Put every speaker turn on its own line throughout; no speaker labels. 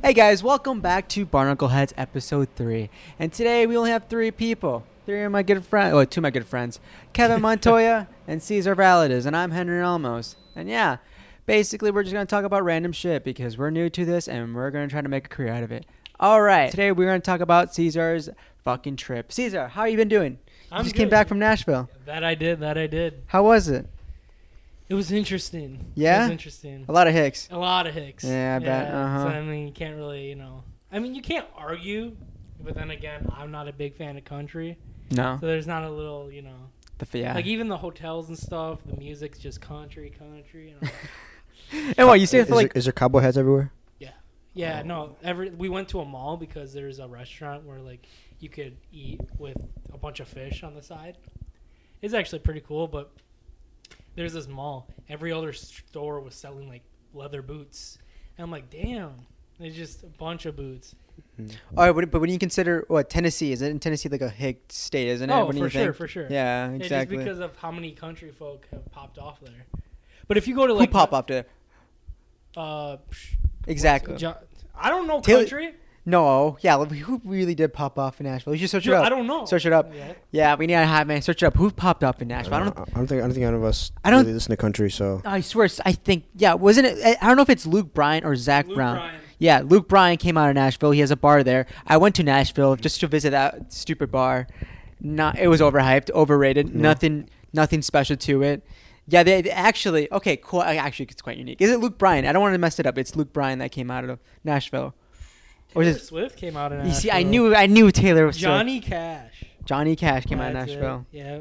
Hey guys, welcome back to Barnacle Heads episode three. And today we only have three people. Three of my good friends, well, two of my good friends, Kevin Montoya and Cesar Valades, and I'm Henry Almos. And yeah, basically we're just gonna talk about random shit because we're new to this and we're gonna try to make a career out of it. All right, today we're gonna talk about Caesar's fucking trip. Caesar, how you been doing? You
I'm
just came
good.
back from Nashville.
That I did. That I did.
How was it?
It was interesting. It
Yeah?
was interesting.
A lot of hicks.
A lot of hicks.
Yeah, I bet, uh-huh.
So I mean, you can't really, you know. I mean, you can't argue, but then again, I'm not a big fan of country,
No,
so there's not a little, you know,
the Uh-huh. yeah.
like even the hotels and stuff. The music's just country, country. And all.
and what you stayed
is,
for like
there, is there cowboy hats everywhere?
yeah, no. Every we went to a mall because there's a restaurant where like you could eat with a bunch of fish on the side. It's actually pretty cool, but there's this mall. Every other store was selling like leather boots, and I'm like, damn, there's just a bunch of boots.
All right, but, but when you consider what Tennessee is, it in Tennessee like a hick state, isn't it?
oh,
When
for
you
sure,
think-
for sure.
Yeah,
It's
exactly.
just because of how many country folk have popped off there. But if you go to
Who
like
pop up there?
uh, psh,
Exactly.
Jo- I don't know
Taylor-
country.
No, yeah, like, who really did pop off in Nashville? You should search
Dude,
it up.
I don't know.
Search it up.
Yeah.
Yeah, we need to have man search it up. Who popped up in Nashville? I don't.
Uh, I don't think I don't think any of us
I don't-
really listen to country, so
I swear, s- I think yeah, wasn't it? I- I don't know if it's Luke Bryan or Zach
Luke
Brown.
Bryan.
Yeah, Luke Bryan came out of Nashville. He has a bar there. I went to Nashville just to visit that stupid bar. Not, it was overhyped, overrated. Nothing, nothing special to it. Yeah, they, they actually okay, cool. I- Actually, it's quite unique. Is it Luke Bryan? I don't want to mess it up. It's Luke Bryan that came out of Nashville. Or is
Taylor
it,
Swift came out of
you see, I
Nashville.
knew, I knew Taylor was
Johnny Cash
Johnny Cash came out of
That's it.
Nashville.
Yeah,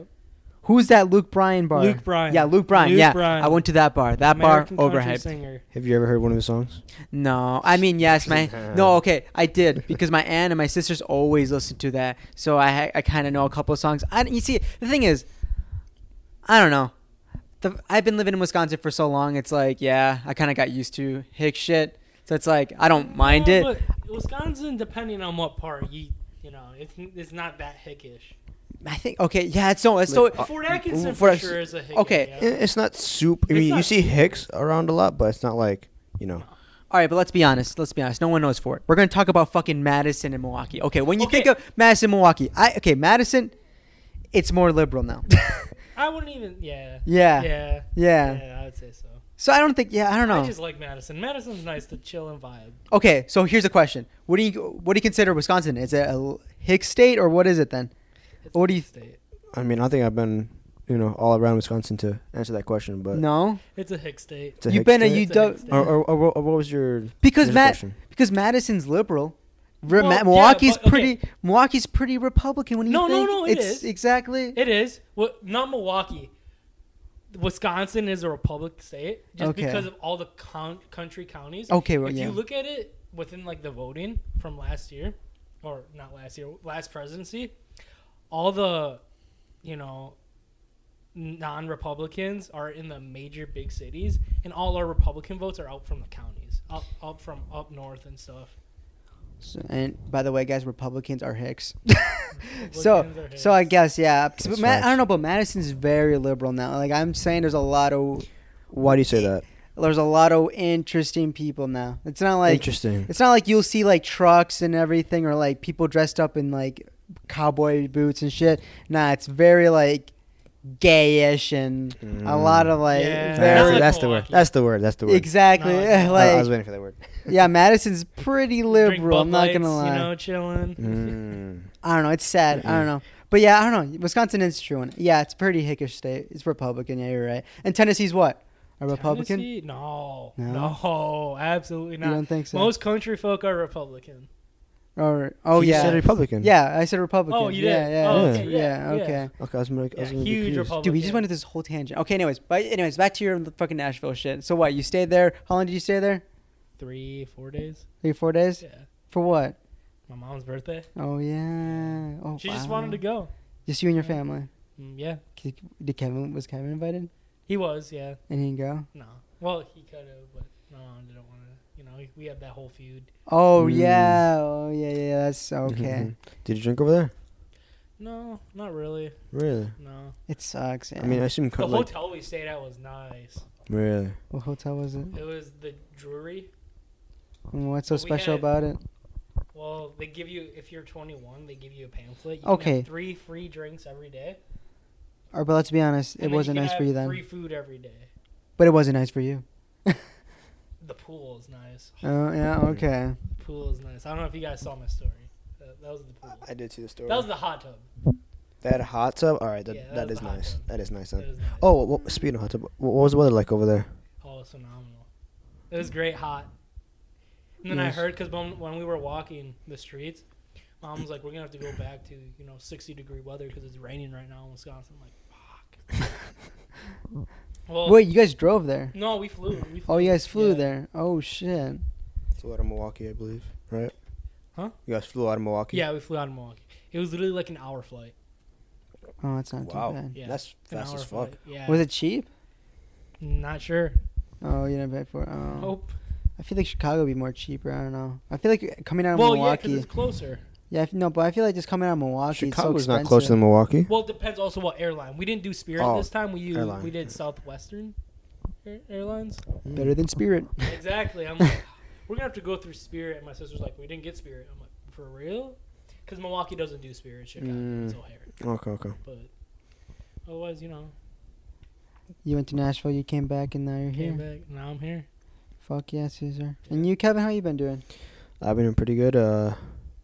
Who's that Luke Bryan bar?
Luke Bryan.
Yeah, Luke Bryan.
Luke
yeah,
Bryan.
I went to that bar. That
American
bar
country
overhyped.
singer.
have you ever heard one of his songs?
No, I mean yes, my no. Okay, I did because my aunt and my sisters always listen to that, so I ha- I kind of know a couple of songs. I you see the thing is, I don't know. The, I've been living in Wisconsin for so long. It's like yeah, I kind of got used to hick shit. So it's like I don't mind
No,
it.
but Wisconsin, depending on what part you you know, it's it's not that hickish.
I think okay, yeah, it's so it's so.
Like, uh,
Fort Atkinson for
Fort
sure
Atkinson-
is a hickish.
okay. eh.
yeah.
I- It's not soup. I
It's
mean, you
not
see
soup.
Hicks around a lot, but it's not like you know.
All right, but let's be honest. Let's be honest. No one knows Fort. We're gonna talk about fucking Madison and Milwaukee. Okay, when you
Okay.
think of Madison, Milwaukee, I okay Madison, it's more liberal now.
I wouldn't even. Yeah.
yeah, yeah,
Yeah. I would say so.
So I don't think. Yeah, I don't know.
I just like Madison. Madison's nice to chill and vibe.
Okay, so here's a question: What do you what do you consider Wisconsin? Is it a hick state or what is it then?
It's
What do you-
a state?
I mean, I think I've been you know all around Wisconsin to answer that question, but
No,
It's a hick state.
Uh, it's a
you've
Hicks
been a
state.
It's a
UW
hick state.
or, or, or, what- or what was your
because
your
Matt
question?
because Madison's liberal. Re-
Well,
Ma-
yeah,
Milwaukee's
but- okay.
pretty Milwaukee's pretty Republican. When you
No, no,
think
no, it
it's
is.
exactly
It is. Well, not Milwaukee. Wisconsin is a republic state just
Okay.
because of all the con- country counties.
okay. Well,
if
yeah,
you look at it within like the voting from last year, or not last year, last presidency, all the, you know, non-Republicans are in the major big cities, and all our Republican votes are out from the counties, up up from up north and stuff.
So- and by the way, guys, Republicans are hicks. so
Republicans are
so I
hicks.
guess yeah. But
That's
Ma- I don't
facts.
know, but Madison's very liberal now. Like I'm saying, there's a lot of
Why do you say that?
there's a lot of interesting people now. It's not like
Interesting.
It's not like you'll see like trucks and everything or like people dressed up in like cowboy boots and shit. Nah, it's very like gayish and a lot of like
Yeah.
Mm. That's,
very
Not
that's the word.
Milwaukee.
That's the word. That's the word.
exactly
Not like-
I-
like
I was waiting for that word.
yeah. Madison's pretty
Drink
liberal.
Bud
I'm not
Lights,
gonna lie.
You know, chilling.
Mm.
I don't know. It's sad. I don't know. But yeah, I don't know. Wisconsin is true. One. Yeah, it's pretty hickish state. It's Republican. Yeah, you're right. And Tennessee's what? A Republican?
Tennessee? No,
No?
no, absolutely
You
not.
don't think so?
Most country folk are Republican.
or oh
You
yeah.
said Republican.
yeah, I said Republican.
you
yeah,
did.
Yeah,
Oh,
yeah,
okay, yeah,
yeah,
yeah.
okay.
Okay, I was, gonna- I
Yeah,
was gonna be
huge
confused.
Republican.
Dude, we just went to this whole tangent. Okay, anyways, but anyways, back to your fucking Nashville shit. So what? You stayed there? How long did you stay there?
three, four days.
Three, four days?
Yeah,
For what?
my mom's birthday.
Oh yeah. Oh.
She just wanted to go.
Just you and your family.
Mm, yeah,
K- Did Kevin was Kevin invited?
he was. Yeah,
And he didn't go.
no. Well, he could have, but no, I didn't want to. You know, we had that whole feud.
Oh
Mm. Mm-hmm.
yeah. Oh yeah. Yeah. That's okay.
Did you drink over there?
No, not really.
Really?
No.
it sucks. Yeah.
I mean, I assume
The
cut like
hotel we stayed at was nice.
really.
what hotel was it?
It was the Drury.
And What's so
Well, we
special
had-
about it?
Well, they give you if you're 21, they give you a pamphlet. You Can
Okay.
have three free drinks every day.
Or, but let's be honest,
and
it
then
wasn't
can
nice for
have
you then.
Free food every day.
But it wasn't nice for you. oh
The pool is nice.
yeah, okay.
The pool is nice. I don't know if you guys saw my story. Uh, That, that was the pool.
I did see the story.
That was the hot tub.
that hot tub. All right, that,
Yeah, that
that
was
is
the hot
nice.
tub.
That is nice.
That
Then.
was nice.
Oh, what, speaking of hot tub, wh- what was the weather like over there?
Oh, it was phenomenal. It was great hot. And then
Yes.
I heard because when, when we were walking the streets, mom was like, "We're gonna have to go back to you know 60 degree weather because it's raining right now in Wisconsin." I'm like, fuck. well,
Wait, you guys drove there?
no, we flew. We flew.
Oh, you guys flew
Yeah.
there. Oh shit.
Flew out of Milwaukee, I believe. Right?
Huh?
You guys flew out of Milwaukee.
Yeah, we flew out of Milwaukee. It was literally like an hour flight.
Oh, that's not
Wow.
too bad.
Yeah,
That's
An
fast
hour
as fuck.
flight. Yeah.
Was it cheap?
Not sure.
Oh, you didn't pay for it. Oh.
Hope.
I feel like Chicago would be more cheaper. I don't know. I feel like coming out of
Well, yeah,
Milwaukee.
because it's closer.
yeah, I f- no, but I feel like just coming out of Milwaukee.
Chicago's
it's so
not closer than Milwaukee.
Well, it depends also what airline. We didn't do Spirit
Oh,
this time. We used,
airline.
we did Southwestern Air- Airlines.
Better than Spirit.
Exactly. I'm like, we're gonna have to go through Spirit. And my sister's like, we didn't get Spirit. I'm like, for real? Because Milwaukee doesn't do Spirit. Chicago, it's
Mm.
O'Hare.
Okay, okay.
But otherwise, you know,
You went to Nashville, you came back, and now you're here.
came back. Now I'm here.
Fuck yeah, Caesar. And you, Kevin, how you been doing?
I've been doing pretty good. Uh,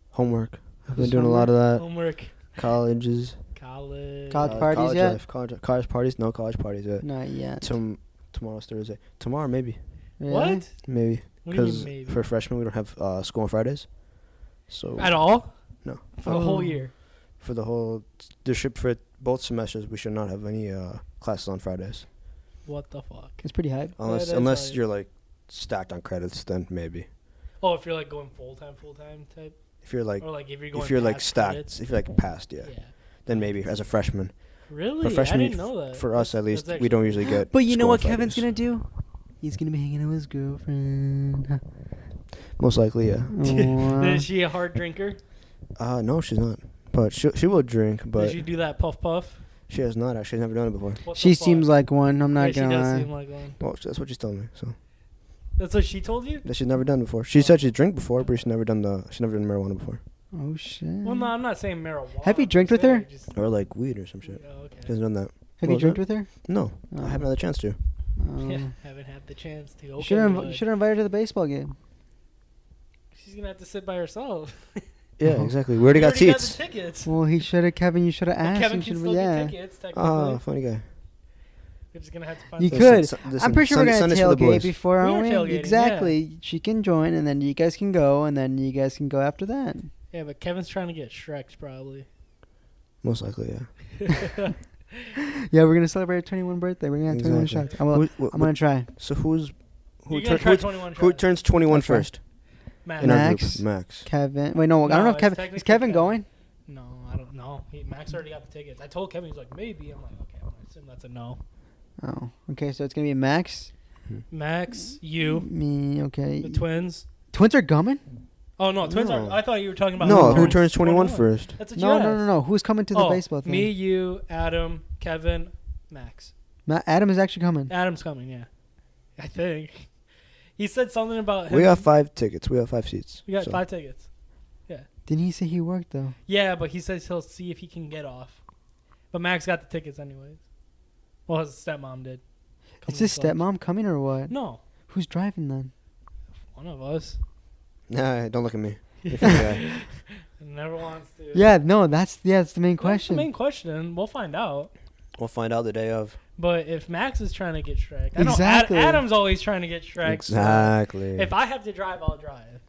homework. I've been doing a lot of that.
Homework,
Colleges.
college.
College
uh,
parties
college
yet?
Life, college, college parties? No college parties yet.
Not yet.
Tom- tomorrow's Thursday. Tomorrow, maybe.
Really?
What?
Maybe.
What do you
Because
mean maybe?
for freshmen, we don't have uh, school on Fridays. So
At all?
No.
For the whole
Oh.
year.
for the whole, the ship for both semesters, we should not have any uh, classes on Fridays.
What the fuck?
It's pretty hype.
Unless
that's
unless
right.
you're like stacked on credits, then maybe.
Oh, if you're like going full time, full time type,
If you're like
or like if Oh, you're going
if you're like
past
stacked,
credits?
if you're like passed, yeah,
yeah.
then maybe as a freshman.
Really?
freshman,
I didn't know that.
For us,
That's-
at least,
that's
we don't usually get.
But you know
school on
what Kevin's
Fridays.
gonna do? He's gonna be hanging out with his girlfriend.
Most likely, yeah.
actually-
Wow.
Is she a hard drinker?
Uh, no, she's not. But she she will drink,
Does
but
she do that puff puff?
she has not actually. She's never done it before.
What the
she
fuck?
seems like one. I'm
Yeah,
not
she
gonna
does
lie.
seem like one.
Well, that's what she's telling me. So
That's what she told you?
that she's never done before. She said she's drank before, but she's never done the she's never done marijuana before
oh shit.
Well, no, I'm not saying marijuana.
Have you
I'm
drank with
saying
her?
just-
or like weed or some
Oh,
shit. She
okay.
hasn't done that.
Have
what
you
was
drank
that?
with her?
No,
Oh.
I haven't had the chance to.
Oh.
Yeah, haven't had the chance to open
Should have
but
should have invited her to the baseball game.
She's going to have to sit by herself.
Yeah,
Uh-huh.
exactly. We already got
already
seats.
the tickets.
Well, he should have Kevin. You should have
But
asked.
Kevin
you
can
should've-
still
yeah.
get tickets, technically.
Oh, funny guy.
We're just going to have to find
You
some-
could.
Sun-
I'm
listen,
pretty sure we're
Sun-
gonna
Sunday's for the
tailgate
boys.
before,
We
aren't we?
are tailgating, yeah.
exactly. She can join, and then you guys can go, and then you guys can go after that.
Yeah, but Kevin's trying to get Shrek's probably.
Most likely, yeah.
Yeah, we're gonna celebrate our 21 birthday. We're gonna have 21
Exactly.
shots. I'm, gonna-
Who- wh-
I'm gonna try.
so who's who,
You're going
turn-
to try
who-
21
who
shots.
turns 21
That's fine.
first
Matt.
in our group?
Max.
Max.
Kevin. Wait, no, I don't
No,
know if
it's
Kevin is
technically
Kevin
Kevin.
going.
No, I don't know. He, Max already got the tickets. I told Kevin, he's like, maybe. I'm like, okay, I'm gonna assume that's a no.
Oh, okay. So it's gonna be Max,
Max, you,
me. Okay.
the twins.
Twins are coming.
Oh no, twins
No.
are. I thought you were talking about
No, who
Who
turns 21 first?
That's what
No,
you
no,
asked.
no, no. Who's coming to the
oh,
baseball thing?
Me, you, Adam, Kevin, Max.
Ma- Adam is actually coming.
Adam's coming. Yeah, I think he said something about him.
We got five tickets. We got five seats.
We got
so.
five tickets.
Didn't he say he worked though?
Yeah, but he says he'll see if he can get off. But Max got the tickets anyways. Well, his stepmom did.
Is his
Coming
stepmom coming or what?
to- No,
Who's driving then?
one of us.
Nah, don't look at me. You're a funny guy.
Never wants to.
Yeah, no, that's yeah, that's the main
That's the
question.
main question. We'll find out.
We'll find out the day of.
But if Max is trying to get Shrek, I
Exactly.
know Ad- Adam's always trying to get Shrek. so
Exactly.
If I have to drive, I'll drive.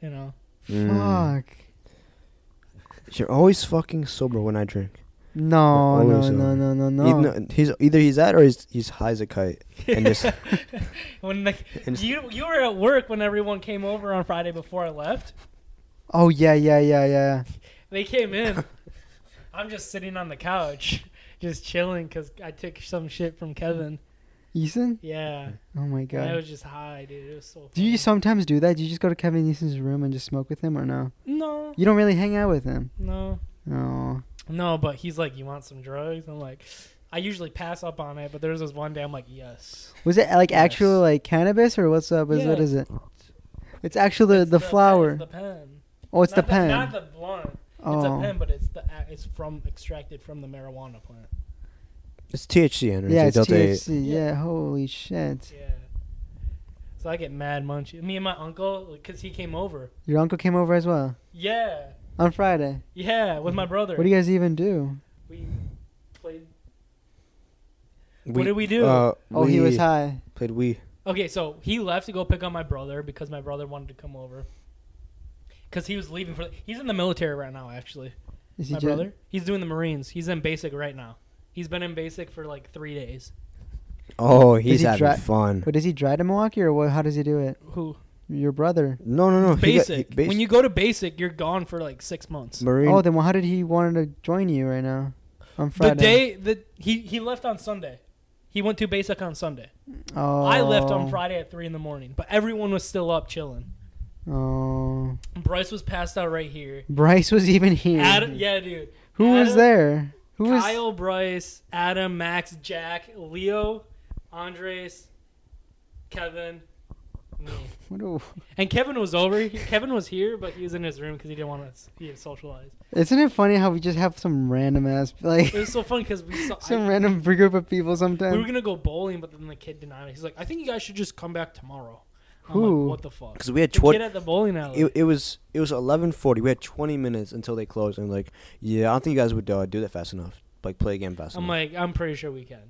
You know.
Mm.
Fuck.
You're always fucking sober when I drink.
No,
Always
no, no,
are.
no, no, no.
Either, he's either he's at or he's he's high as a kite. And just
when like
and
you you were at work when everyone came over on Friday before I left.
Oh yeah, yeah, yeah, yeah.
They came in. I'm just sitting on the couch, just chilling because I took some shit from Kevin.
Eason?
Yeah,
Oh my
and I
god.
was just high, dude. It was so.
Do you
funny.
sometimes do that? Do you just go to Kevin Eason's room and just smoke with him, or no?
No,
You don't really hang out with him.
no,
No.
no. But he's like, "You want some drugs?" I'm like, I usually pass up on it, but there was this one day I'm like, "Yes."
Was it like
Yes.
actual like cannabis or what's up? Is
Yeah.
what is it? It's actually the,
It's
the
pen-
flower.
It's the pen.
oh, it's
Not
the pen.
Not the blunt. It's
oh,
a pen, but it's the ac- it's from extracted from the marijuana plant.
It's THC energy.
yeah, it's
Delta eight.
THC. Yeah.
Yeah.
holy shit.
Yeah. So I get mad munchies. Me and my uncle, because he came over.
Your uncle came over as well
Yeah.
on Friday.
Yeah, with my brother.
Mm-hmm. What do you guys even do?
we played.
We,
what did we do?
Uh,
Oh, he was
we
high.
Played we.
Okay, so he left to go pick up my brother because my brother wanted to come over. Because he was leaving for. He's in the military right now, actually.
Is he
My
ju-
brother. He's doing the Marines. He's in basic right now. He's been in basic for like three days.
Oh, he's
he
having
dri-
fun.
But does he drive to Milwaukee or what, how does he do it?
Who?
Your brother.
No, no, no. he got- he-
Basic.
bas-
when you go to basic, you're gone for like six months.
Marine.
Oh, then why did he want to join you right now on Friday?
The day that he he left on Sunday, he went to basic on Sunday.
Oh.
I left on Friday at three in the morning, but everyone was still up chilling.
Oh.
Bryce was passed out right here.
Bryce was even here.
Adam, yeah, dude.
Who was
Adam-
there? Who was?
Kyle, Bryce, Adam, Max, Jack, Leo, Andres, Kevin, me.
What do-
And Kevin was over. He- Kevin was here, but he was in his room because he didn't want to he had socialize.
Isn't it funny how we just have some random ass like
It was so fun because we saw.
some
I-
random group of people sometimes?
we were gonna go bowling, but then the kid denied it. He's like, "I think you guys should just come back tomorrow." I'm
Who?
Like, what the fuck?
Because we had
The
twenty.
kid at the bowling alley.
It, it was it was eleven forty. We had twenty minutes until they closed, and like, yeah, I don't think you guys would uh, do that fast enough. Like, play again fast
I'm
enough.
like, I'm pretty sure we can.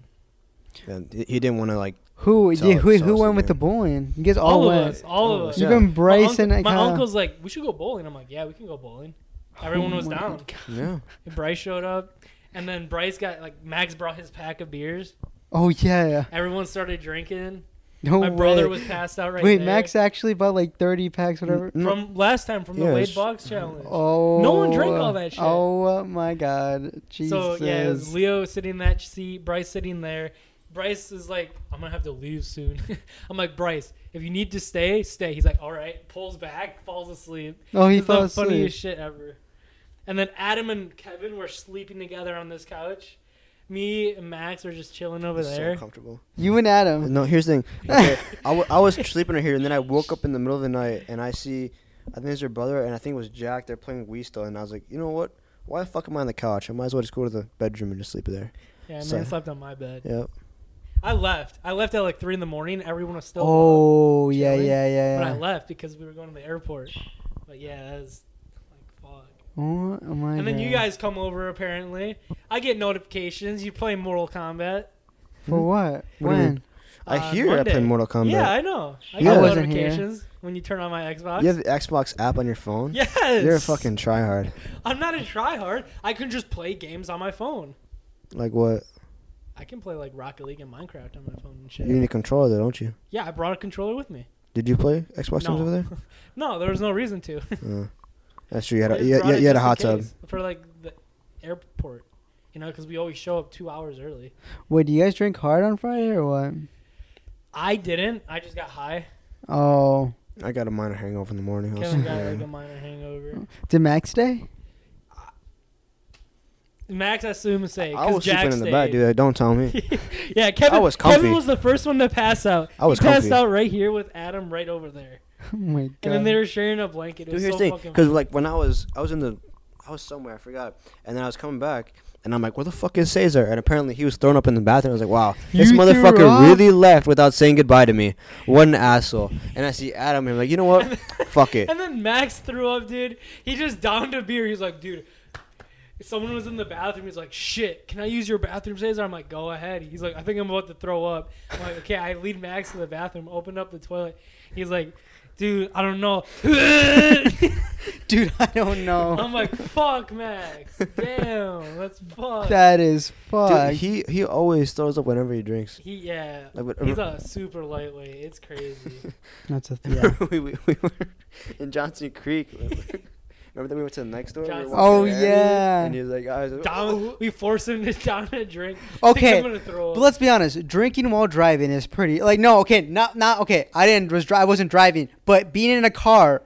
and he he didn't want to like.
Who
So-
yeah, who,
so
who
it's
went with
in
the
there.
bowling? You guys all,
All,
went.
of us. All
All
of
of
us.
us. Yeah.
Even
My,
Bryce
uncle-
and
my
Kyle.
uncle's like, "We should go bowling." I'm like, "Yeah, we can go bowling." Everyone
Oh
was
my
down.
Yeah.
And Bryce showed up, and then Bryce got like Max brought his pack of beers.
Oh yeah.
Everyone started drinking.
No
My brother
way.
was passed out right
Wait,
there.
Max actually bought like thirty packs, whatever.
Mm,
from last time from
Yeah,
the
it's-
Wade Box challenge.
Oh.
No one drank all that shit.
Oh my God,
so
Jesus.
yeah, it was Leo sitting in that seat, Bryce sitting there. Bryce is like, I'm gonna have to leave soon. I'm like, Bryce, if you need to stay, stay. He's like, all right. Pulls back, falls asleep.
oh, he
It's the
fell asleep.
funniest shit ever. And then Adam and Kevin were sleeping together on this couch. Me and Max are just chilling over
It's so
there.
comfortable.
You and Adam.
No, here's the thing. Okay, I, w- I was sleeping right here, and then I woke up in the middle of the night, and I see, I think it's your brother, and I think it was Jack. They're playing Wii still, and I was like, you know what? Why the fuck am I on the couch? I might as well just go to the bedroom and just sleep there.
yeah,
So-
man slept on my bed.
Yeah.
I left. I left at like three in the morning. Everyone was still. up,
oh yeah,
chilling,
yeah,
But
yeah,
I
yeah.
left because we were going to the airport. But yeah, that was like fuck.
Oh my
And
God.
then you guys come over apparently. I get notifications. You play Mortal Kombat.
For what?
What do you
when?
I
on
hear I play
Monday.
Mortal Kombat.
Yeah, I know. I
You
get
wasn't here.
notifications when you turn on my Xbox.
You have the Xbox app on your phone?
Yes.
You're a fucking tryhard.
I'm not a tryhard. I can just play games on my phone.
Like what?
I can play like Rocket League and Minecraft on my phone and
You need
shit.
a controller though, don't you?
Yeah, I brought a controller with me.
Did you play Xbox
No.
games over there?
No, there was no reason to.
Uh, that's true. You had
I
a,
just
you,
brought
you,
it
you had a
just in
hot tub.
case for like the airport, you know, because we always show up two hours early.
Wait, do you guys drink hard on Friday or what?
I didn't. I just got high.
Oh,
I got a minor hangover in the morning. I was-
Kevin got
yeah.
like a minor hangover.
did Max stay?
Max, I assume, is safe.
I was
Jack
sleeping in
stayed.
the back, dude. Don't tell me.
yeah, Kevin.
was comfy.
Kevin was the first one to pass out.
I was
he passed
comfy.
out right here with Adam right over there,
Oh my God.
and then they were sharing a blanket. It
Dude,
was
here's
so
the thing,
fucking.
because like when I was, I was in the, I was somewhere, I forgot, and then I was coming back, and I'm like, where the fuck is Cesar? And apparently he was thrown up in the bathroom. I was like, wow, this
You threw up?
motherfucker really left without saying goodbye to me. What an asshole. And I see Adam, and I'm like, you know what? fuck it.
And then Max threw up, dude. He just downed a beer. He's like, dude, someone was in the bathroom. He's like, shit, can I use your bathroom, Cesar? I'm like, go ahead. He's like, I think I'm about to throw up. I'm like, okay, I lead Max to the bathroom, open up the toilet. He's like, dude, I don't know.
Dude, I don't know.
I'm like, fuck, Max. Damn, that's fuck.
that is fuck.
Dude, he he always throws up whenever he drinks.
he, yeah.
Like, what-
He's a super lightweight. It's crazy.
That's a th- yeah.
we, we, we were in Johnson Creek. Remember that we went to the next door? We were
Johnson-
walking
Oh,
there,
yeah.
And he was like, oh, I was like,
Down, we force him to down a drink.
Okay,
I'm gonna throw up.
But let's be honest, drinking while driving is pretty. Like, no, okay, not not okay. I didn't was dri- I wasn't driving, but being in a car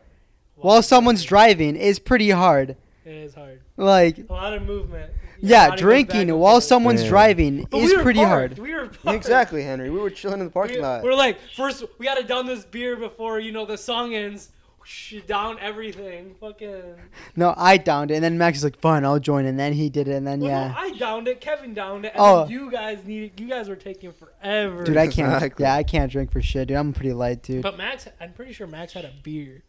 while someone's driving is pretty hard.
it is hard.
Like,
A lot of movement.
yeah, drinking while someone's
Yeah.
driving is pretty hard.
We were parked.
Exactly, Henry. We were chilling in the parking
We,
lot.
we're like, first we gotta down this beer before you know the song ends. Whoosh, down everything. Fucking.
No, I downed it, and then Max is like, "Fine, I'll join," and then he did it, and then
Well, no,
yeah,
I downed it. Kevin downed it. And
Oh.
then you guys needed. You guys were taking forever.
dude, I can't.
Exactly.
Yeah, I can't drink for shit, dude. I'm pretty light, dude.
But Max, I'm pretty sure Max had a beer.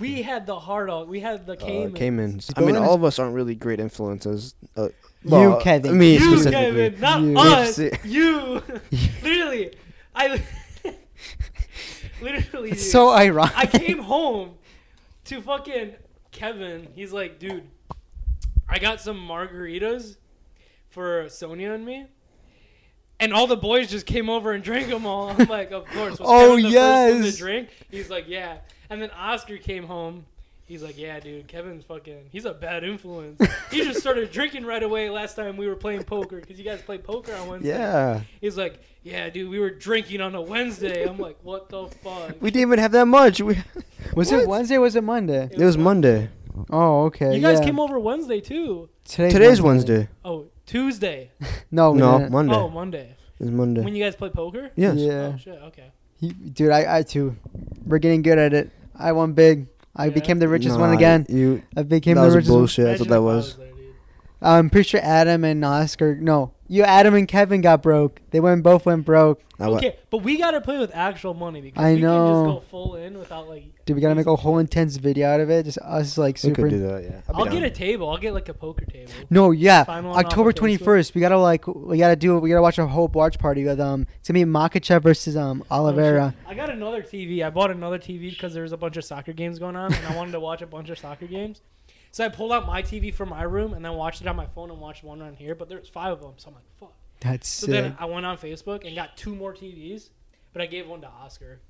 We had the hard out. We had the
Uh,
Cayman.
Caymans. I
Go
mean,
in.
all of us aren't really great influences. Uh,
You,
well,
Kevin.
Me
You,
specifically.
Kevin, not
You.
us.
Let's see.
You. Literally, I. Literally.
it's
dude.
so ironic.
I came home to fucking Kevin. He's like, dude, I got some margaritas for Sonia and me. And all the boys just came over and drank them all. I'm like, of course. Was
Oh,
Kevin the first in
yes.
to drink? He's like, yeah. And then Oscar came home. He's like, yeah, dude, Kevin's fucking, he's a bad influence. he just started drinking right away last time we were playing poker because you guys play poker on Wednesday.
Yeah.
He's like, yeah, dude, we were drinking on a Wednesday. I'm like, what the fuck?
We didn't even have that much. We,
was it Wednesday? or Was it Monday?
it was Monday.
Oh, okay.
You guys
yeah.
came over Wednesday too.
Today's,
Today's Wednesday.
Oh, Tuesday.
No, we
No,
didn't.
Monday.
Oh, Monday.
It's Monday.
When you guys play poker?
yes.
Yeah,
Oh shit. Okay.
He- dude, I, I too. We're getting good at it. I won big. I
Yeah.
became the richest one
Nah,
again.
You.
I became
that
the
was
richest. one.
bullshit. That's what
Imagine
that
if I
was.
there, dude.
I'm pretty sure Adam and Oscar. No, you, Adam and Kevin got broke. They went both went broke.
I wa-
Okay, but we gotta play with actual money because
I
we can
know.
just go full in without like.
Dude, we gotta make a whole intense video out of it. Just us like
We
super.
could do that. Yeah. I'd be
I'll
down.
get a table. I'll get like a poker table.
No, yeah.
Find one off
October
of Facebook.
twenty first. We gotta like we gotta do we gotta watch a whole watch party with um. It's gonna be Makachev versus um
Oh, shit.
Oliveira.
I got another TV. I bought another TV because there was a bunch of soccer games going on, and I wanted to watch a bunch of soccer games. So I pulled out my TV from my room and then watched it on my phone and watched one on here. But there's five of them, so I'm like, fuck.
That's
So
sick.
then I went on Facebook and got two more TVs, but I gave one to Oscar.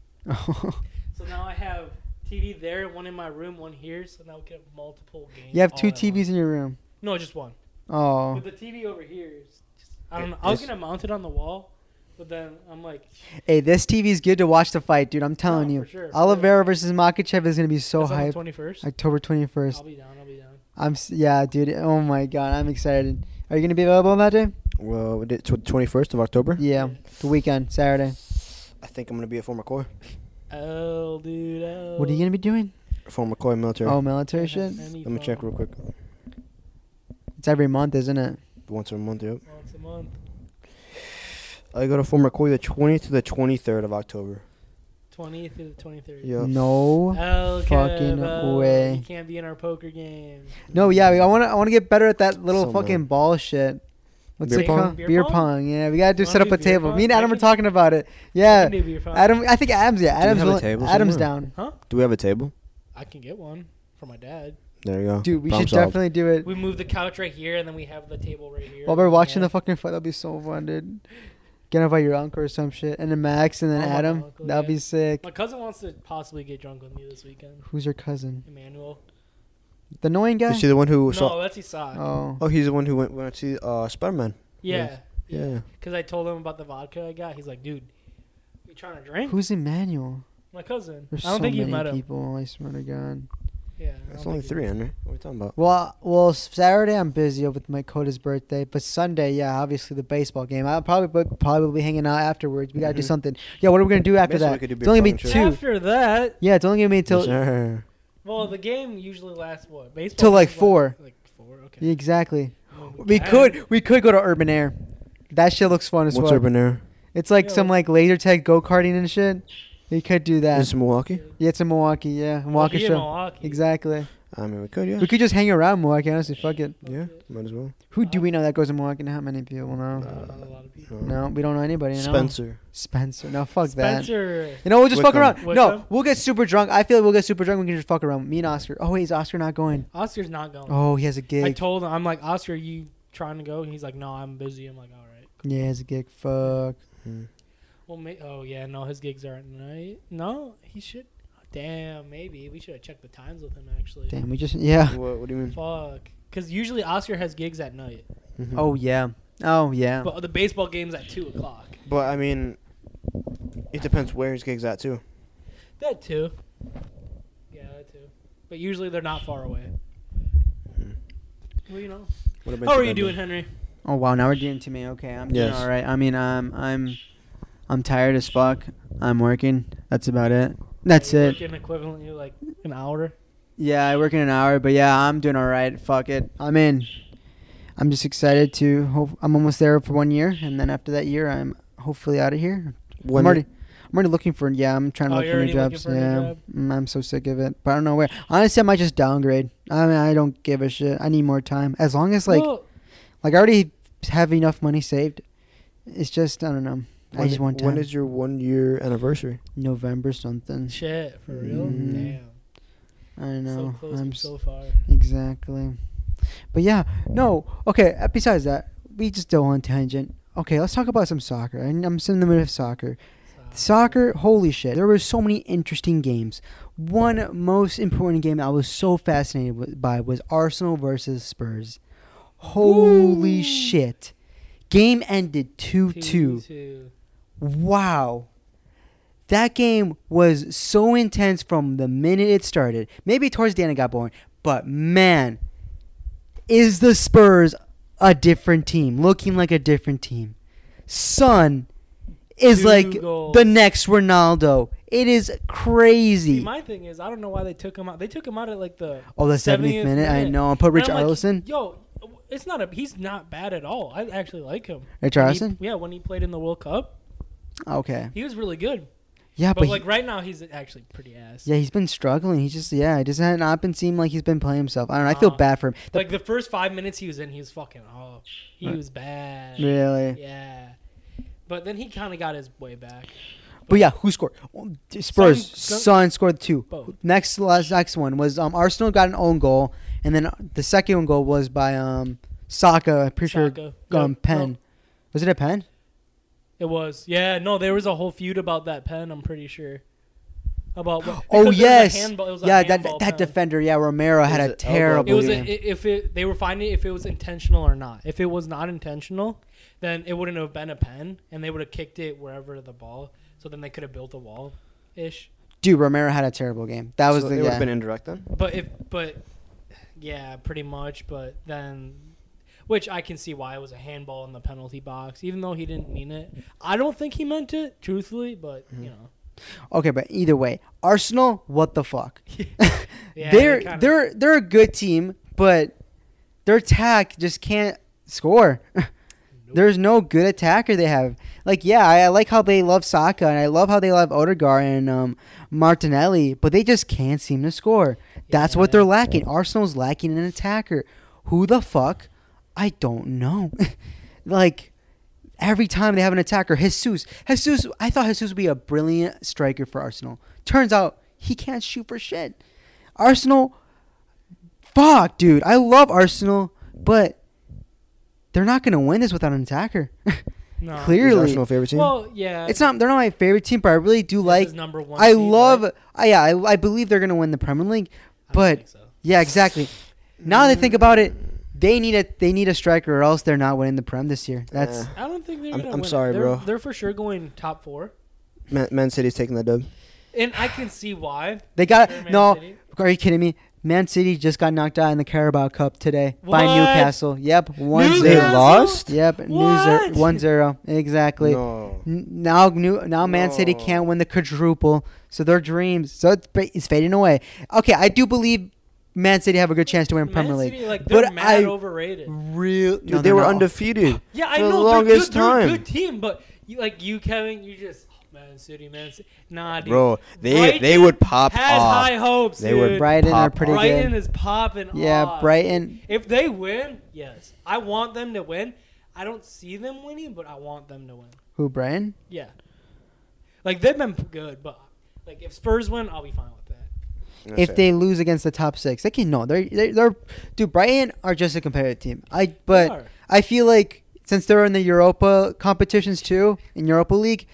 So now I have TV there, one in my room, one here. So now we get multiple games.
you have
all
two
at once.
TVs in your room.
No, just one.
Oh,
But the TV over here is. Just, I don't know. I was gonna mount it on the wall, but then I'm like,
hey, this TV's good to watch the fight, dude. I'm telling
No,
you,
for sure, for sure.
Oliveira versus Makachev is gonna be so
that's on the
hype.
21st.
October twenty
I'll
first.
be down. I'll be down.
I'm s- yeah, dude. Oh my god, I'm excited. Are you gonna be available on that day?
Well, it's twenty first of October.
Yeah, the weekend, Saturday.
I think I'm gonna be at Fort McCoy.
Oh, dude. Oh.
What are you gonna be doing?
Fort McCoy military.
Oh, military shit.
Let me check real quick.
It's every month, isn't it?
Once a month. Yep.
Once a month.
I go to Fort McCoy the twentieth to the twenty third of October.
20th through the 23rd.
Yeah.
No.
Oh,
Fucking
Kevo,
way.
You can't be in our poker game.
No, yeah, we- I want to. I want to get better at that little
Somewhere.
fucking ball shit. What's
Beer
it
pong?
called?
Beer
Beer
pong?
pong. Yeah, we gotta do
Wanna
set up
do
a
beer
table.
pong?
Me and
I
Adam were
can-
talking about it.
I
Yeah,
can do beer pong.
Adam. I think Adam's. Yeah,
we
Adam's.
have a
willing-
table
Adam's
somewhere?
down.
Do we have a table?
I can get one for my dad.
There you go.
Dude, we
Problem
should
solved.
definitely do it
We move the couch right here, and then we have the table right here.
while we're watching the fucking fight. That'd be so fun, dude. Get invite your uncle or some shit, and then Max, and then
I'll invite my
Adam.
uncle,
That'd
yeah.
be sick.
My cousin wants to possibly get drunk with me this weekend.
Who's your cousin?
Emmanuel.
The annoying guy.
Is he the one who saw?
No, that's Isak.
Oh,
Oh, he's the one who went went to see uh, Spider Man.
yeah,
Yeah.
because I told him about the vodka I got. He's like, dude, you trying to drink?
who's Emmanuel?
My cousin.
There's
I don't
so
think you
many
met him.
people. I swear to God.
Yeah, I
That's
don't
only
think you-
three, Henry. What are we talking about?
Well, well, Saturday I'm busy with my Coda's birthday, but Sunday, yeah, obviously the baseball game. I'll probably but probably be hanging out afterwards. We gotta do
Mm-hmm.
Mhm.
something. Yeah, what are we gonna do after
Basically, we
that?
could do
It's
beer
only gonna be
pong,
two.
sure.
After that,
Yeah, it's only gonna be until
Sure.
well, the game usually lasts what? Baseball.
Till, like,
lasts,
four.
Like four. Okay.
exactly.
Well,
We
can.
could we could go to Urban Air. That shit looks fun as
What's
well.
Urban Air?
It's like
Yeah,
some
what-
like laser tag go karting and shit. We could do that.
Is it Milwaukee?
yeah, it's in Milwaukee. Yeah,
We'll
Milwaukee
be in
show.
Milwaukee.
Exactly.
I mean, we could, yeah.
We could just hang around Milwaukee. Honestly, fuck it.
Fuck
Yeah,
it.
might as well.
Who do we know that goes to Milwaukee? Not many people know.
Uh, not a lot of people.
no, we don't know anybody. You know?
Spencer.
Spencer. No, fuck that.
Spencer.
You know, we'll just fuck
Wickham.
around.
Wickham?
No, we'll get super drunk. I feel like we'll get super drunk. We can just fuck around. Me and Oscar. Oh, wait, is Oscar not going?
Oscar's not going.
Oh, he has a gig.
I told him, I'm like, Oscar, you trying to go? And he's like, no, I'm busy. I'm like, all right.
yeah, he has a gig. Fuck.
Well, ma- oh, yeah, no, his gigs are at night. No, he should. Damn, maybe. We should have checked the times with him, actually.
Damn, we just yeah.
What, what do you mean?
Fuck. Because usually Oscar has gigs at night.
Mhm.
Oh yeah. Oh yeah.
But the baseball game's at 2 o'clock.
But, I mean, it depends where his gig's at, too.
That too. Yeah, that too. But usually they're not far away. Well, you know.
What
How are you doing, Henry?
Oh wow, now we're doing to me. Okay, I'm doing
Yes.
all right. I mean, um, I'm, I'm tired as fuck. I'm working. That's about it. That's
You
it.
work An equivalent, you like an hour.
Yeah, I work in an hour, but yeah, I'm doing all right. Fuck it. I'm in.
I'm just excited to. Hope, I'm almost there for one year, and then after that year, I'm hopefully out of here.
When,
I'm already, I'm already looking for. Yeah, I'm trying to
Oh,
look
you're
for new
already looking
jobs.
for a new
yeah,
job?
Mm, I'm so sick of it, but I don't know where. Honestly, I might just downgrade. I mean, I don't give a shit. I need more time. As long as like,
Well,
like I already have enough money saved. It's just I don't know. I
when-
just want time.
When is your one year anniversary?
November something?
shit, for real?
Mhm. I don't
Damn.
know.
So close,
I'm
but so far.
Exactly. But yeah, no. Okay. uh, Besides that, we just go on tangent. Okay, let's talk about some soccer. And I'm still in the mood of soccer. Soccer, holy shit! There were so many interesting games. One most important game I was so fascinated wi- by was Arsenal versus Spurs. Holy
Woo.
shit! Game ended two two.
two.
Wow. That game was so intense from the minute it started. Maybe towards the end it got boring, but man, is the Spurs a different team, looking like a different team. Son is
Two
like
goals.
the next Ronaldo. It is crazy.
See, my thing is, I don't know why they took him out. They took him out at like the
oh, the 70th, minute, I know. And put
And
Rich
I'm like,
Arlison.
Yo, it's not a. He's not bad at all. I actually like him.
Rich
When he-
Arlison?
yeah, when he played in the World Cup,
Okay.
he was really good.
Yeah, Ah,
But,
but, he-
like right now, he's actually pretty ass.
yeah, he's been struggling. He just yeah, it just had not been seem like he's been playing himself. I don't know. I feel
Uh,
bad for him. The-
Like the first five minutes he was in, he was fucking oh, he was bad.
really.
Yeah. But then he kind of got his way back.
But yeah, who scored? Spurs.
Son-
Son, scored two.
Both.
Next last next one was um, Arsenal got an own goal, and then the second goal was by um, Saka. I'm pretty
Saka.
sure um,
Nope,
Pen.
nope.
Was it a pen?
It was. Yeah, no, there was a whole feud about that pen, I'm pretty sure. About what, because there
Oh
was a
yes,
handball- it was a
yeah. That
handball
that
pen.
defender, yeah, Romero
It
had
was
a
an elbow.
terrible
It was
game.
a, if it, they were finding if it was intentional or not. If it was not intentional, then it wouldn't have been a pen, and they would have kicked it wherever the ball. So then they could have built a wall, ish.
Dude, Romero had a terrible game. That was
so
the
it would
yeah.
have been indirect then.
But if but yeah, pretty much. But then, which I can see why it was a handball in the penalty box, even though he didn't mean it. I don't think he meant it, truthfully. But
Mm-hmm.
you know,
okay, but either way, Arsenal, what the fuck?
yeah,
they're
they kinda-
they're they're a good team, but their attack just can't score. There's no good attacker they have. Like yeah, I, I like how they love Saka and I love how they love Odegaard and um, Martinelli, but they just can't seem to score. That's what they're lacking. Arsenal's lacking an attacker. Who the fuck? I don't know. like every time they have an attacker, Jesus, Jesus, I thought Jesus would be a brilliant striker for Arsenal. Turns out he can't shoot for shit. Arsenal, fuck, dude. I love Arsenal, but they're not gonna win this without an attacker.
no.
Is
Clearly,
Arsenal favorite team.
Well, yeah,
it's not. They're not my favorite team, but I really do
this
like.
is number one.
I
seed, right?
love. I, yeah, I, I believe they're gonna win the Premier League,
I don't
but
think so.
yeah, exactly. Now that I think about it, they need a they need a striker, or else they're not winning the Prem this year. That's
Yeah.
I don't think they're.
I'm-
gonna
I'm
win it.
sorry,
They're-
bro.
They're for sure going top four,
Man, Man City's taking that dub.
and I can see why.
they got
They're Man
no.
City.
Are you kidding me? Man City just got knocked out in the Carabao Cup today by
What?
Newcastle. Yep, one
Newcastle?
zero.
They lost?
Yep,
What?
new zer- one zero exactly.
No.
N- Now, new, now Man City
No.
can't win the quadruple, so their dreams so it's, fa- it's fading away. Okay, I do believe Man City have a good chance to win
Man
Premier League.
City, like they're
but
mad
I-
overrated.
Real,
Dude, they were undefeated.
Yeah, I
for the
know
longest
they're good, They're a
time.
good team, but you, like you, Kevin, you just oh, Man City, Man City. Nah, dude.
Bro, they
Brighton
they would pop
has
off.
high hopes.
They
dude.
would
Brighton are
Pop
pretty
Brighton
good.
is popping.
yeah,
off.
Brighton.
If they win, yes, I want them to win. I don't see them winning, but I want them to win.
Who Brighton?
Yeah, like they've been good, but like if Spurs win, I'll be fine with that.
if they lose against the top six, they can no. They're they're, they're dude. Brighton are just a competitive team. I but
are.
I feel like since they're in the Europa competitions too in Europa League,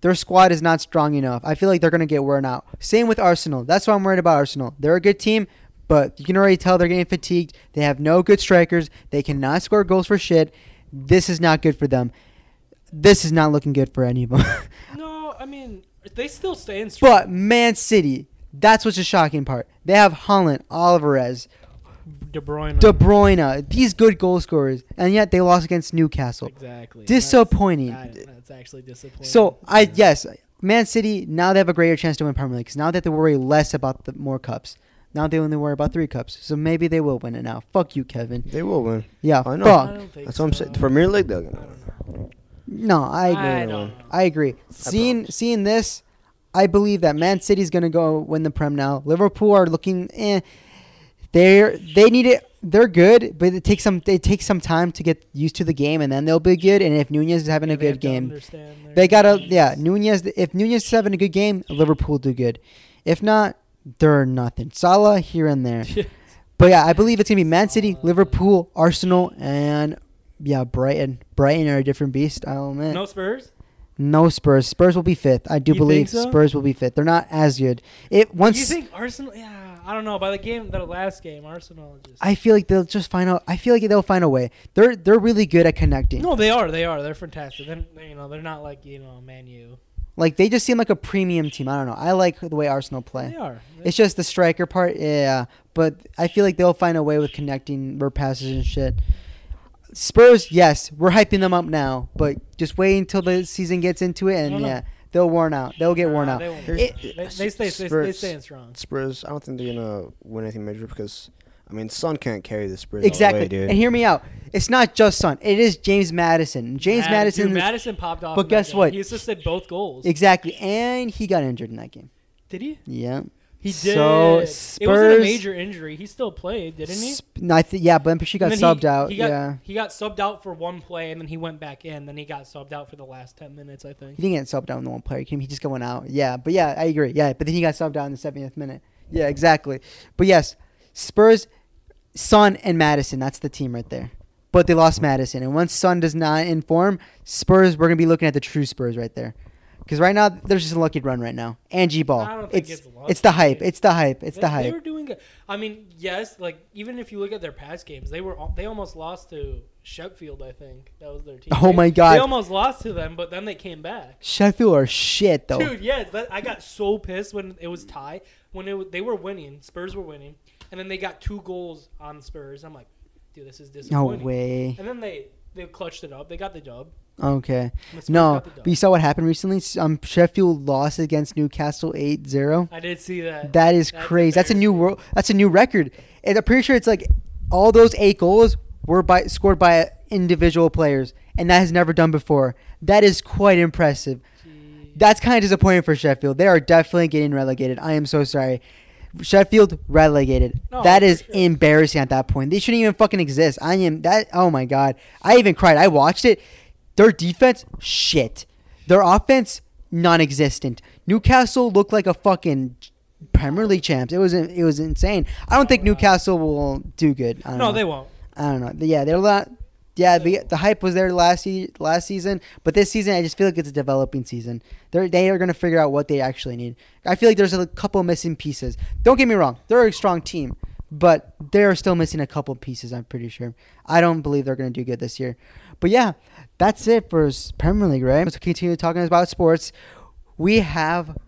their squad is not strong enough. I feel like they're gonna get worn out. Same with Arsenal. That's why I'm worried about Arsenal. They're a good team, but you can already tell they're getting fatigued. They have no good strikers. They cannot score goals for shit. This is not good for them. This is not looking good for any of them.
No, I mean they still stay in.
But Man City, that's what's the shocking part. They have Holland, Alvarez,
De Bruyne.
De Bruyne, these good goal scorers, and yet they lost against Newcastle.
Exactly.
Disappointing.
That's, that- that's actually disappointing.
So I yes, Man City now they have a greater chance to win Premier League. 'cause now they have to worry less about the more cups. Now they only worry about three cups. So maybe they will win it now. Fuck you, Kevin.
They will win.
Yeah,
I know.
I
fuck.
don't think
That's what I'm saying. The
so.
Premier League, they're
I
gonna win.
don't know.
No, I agree.
I
agree.
don't know.
I agree. Seeing
promise.
seeing this, I believe that Man City's going to go win the Prem now. Liverpool are looking eh. They're they need it. They're good, but it takes some it takes some time to get used to the game, and then they'll be good. And if Nunez is having
Yeah,
a
they have
good
to
game,
understand their
They gotta
needs.
yeah, Nunez if Nunez is having a good game, Liverpool do good. If not, they're nothing. Salah here and there. But yeah, I believe it's gonna be Man City,
Salah.
Liverpool, Arsenal, and yeah, Brighton. Brighton are a different beast, I'll admit.
no
No,
Spurs.
Spurs. Spurs will be fifth. I do
You
believe
think so?
Spurs will be fifth. They're not as good. It once
Do you think Arsenal? Yeah, I don't know. By the game, the last game, Arsenal just.
I feel like they'll just find out I feel like they'll find a way. They're they're really good at connecting.
no, they are. They are. They're fantastic. They're, they- you know, they're not like you know Man U.
Like they just seem like a premium team. I don't know. I like the way Arsenal play.
They are. They-
It's just the striker part, yeah. But I feel like they'll find a way with connecting their passes and shit. Spurs, yes, we're hyping them up now, but just wait until the season gets into it, and
No, no.
yeah, they'll worn out. They'll get worn
Nah,
out.
They, won't.
Here's-
They- they stay. They, they
Spurs.
staying strong.
Spurs. I don't think they're gonna win anything major because I mean, Son can't carry the Spurs. all the
Exactly.
way, dude.
and hear me out. It's not just Son. It is James Madison. James
Mad-
Madison.
Dude, Madison popped off.
But
in that
guess
game.
what?
He assisted both goals.
exactly. And he got injured in that game.
did he?
Yeah.
He did.
So
it wasn't a
Spurs-
major injury. He still played, didn't he?
Sp- no, I th- yeah, but I'm pretty sure
And
he
then
got subbed out.
He got,
yeah.
He got subbed out for one play, and then he went back in. Then he got subbed out for the last ten minutes, I think.
He didn't get subbed down the one player. He came- he just got one out. Yeah, but yeah, I agree. Yeah, but then he got subbed out in the 70th minute. Yeah, exactly. But yes, Spurs, Son and Madison. That's the team right there. But they lost Madison, and once Son does not inform, Spurs we're gonna be looking at the true Spurs right there. Because right now there's just a lucky run right now. Angie Ball.
I don't think
it's,
it's
it's,
lucky.
the hype. It's the hype. It's
They-
the
They
hype.
were doing good. I mean, yes, like even if you look at their past games, they were al- they almost lost to Sheffield. I think that was their team.
Oh
They-
my God.
They almost lost to them, but then they came back.
Sheffield are shit though.
Dude, yes, that, I got so pissed when it was tie when it, w- they were winning. Spurs were winning, and then they got two goals on Spurs. I'm like, dude, this is
no
disappointing.
way.
And then they they clutched it up. They got the dub.
Okay.
And Spurs
No,
got the dub.
but you saw what happened recently. S- Um, Sheffield lost against Newcastle 8-0.
I did see that.
That is
That's
crazy. That's a new world. That's a new record. And I'm pretty sure it's like all those eight goals were by scored by individual players, and that has never done before. That is quite impressive. That's kind of disappointing for Sheffield. They are definitely getting relegated. I am so sorry. Sheffield relegated.
No,
that
for
is
sure.
embarrassing at that point. They shouldn't even fucking exist. I am that. Oh my god. I even cried. I watched it. Their defense, shit. Their offense, non-existent. Newcastle looked like a fucking Premier League champs. It was it was insane. I don't think Newcastle will do good. I don't
No,
know.
they won't.
I don't know. Yeah, they're not. Yeah, the, the hype was there last se- last season, but this season I just feel like it's a developing season. They're they are going to figure out what they actually need. I feel like there's a couple missing pieces. Don't get me wrong, they're a strong team, but they are still missing a couple pieces. I'm pretty sure. I don't believe they're going to do good this year. But yeah, that's it for s- Premier League, right? Let's continue talking about sports. We have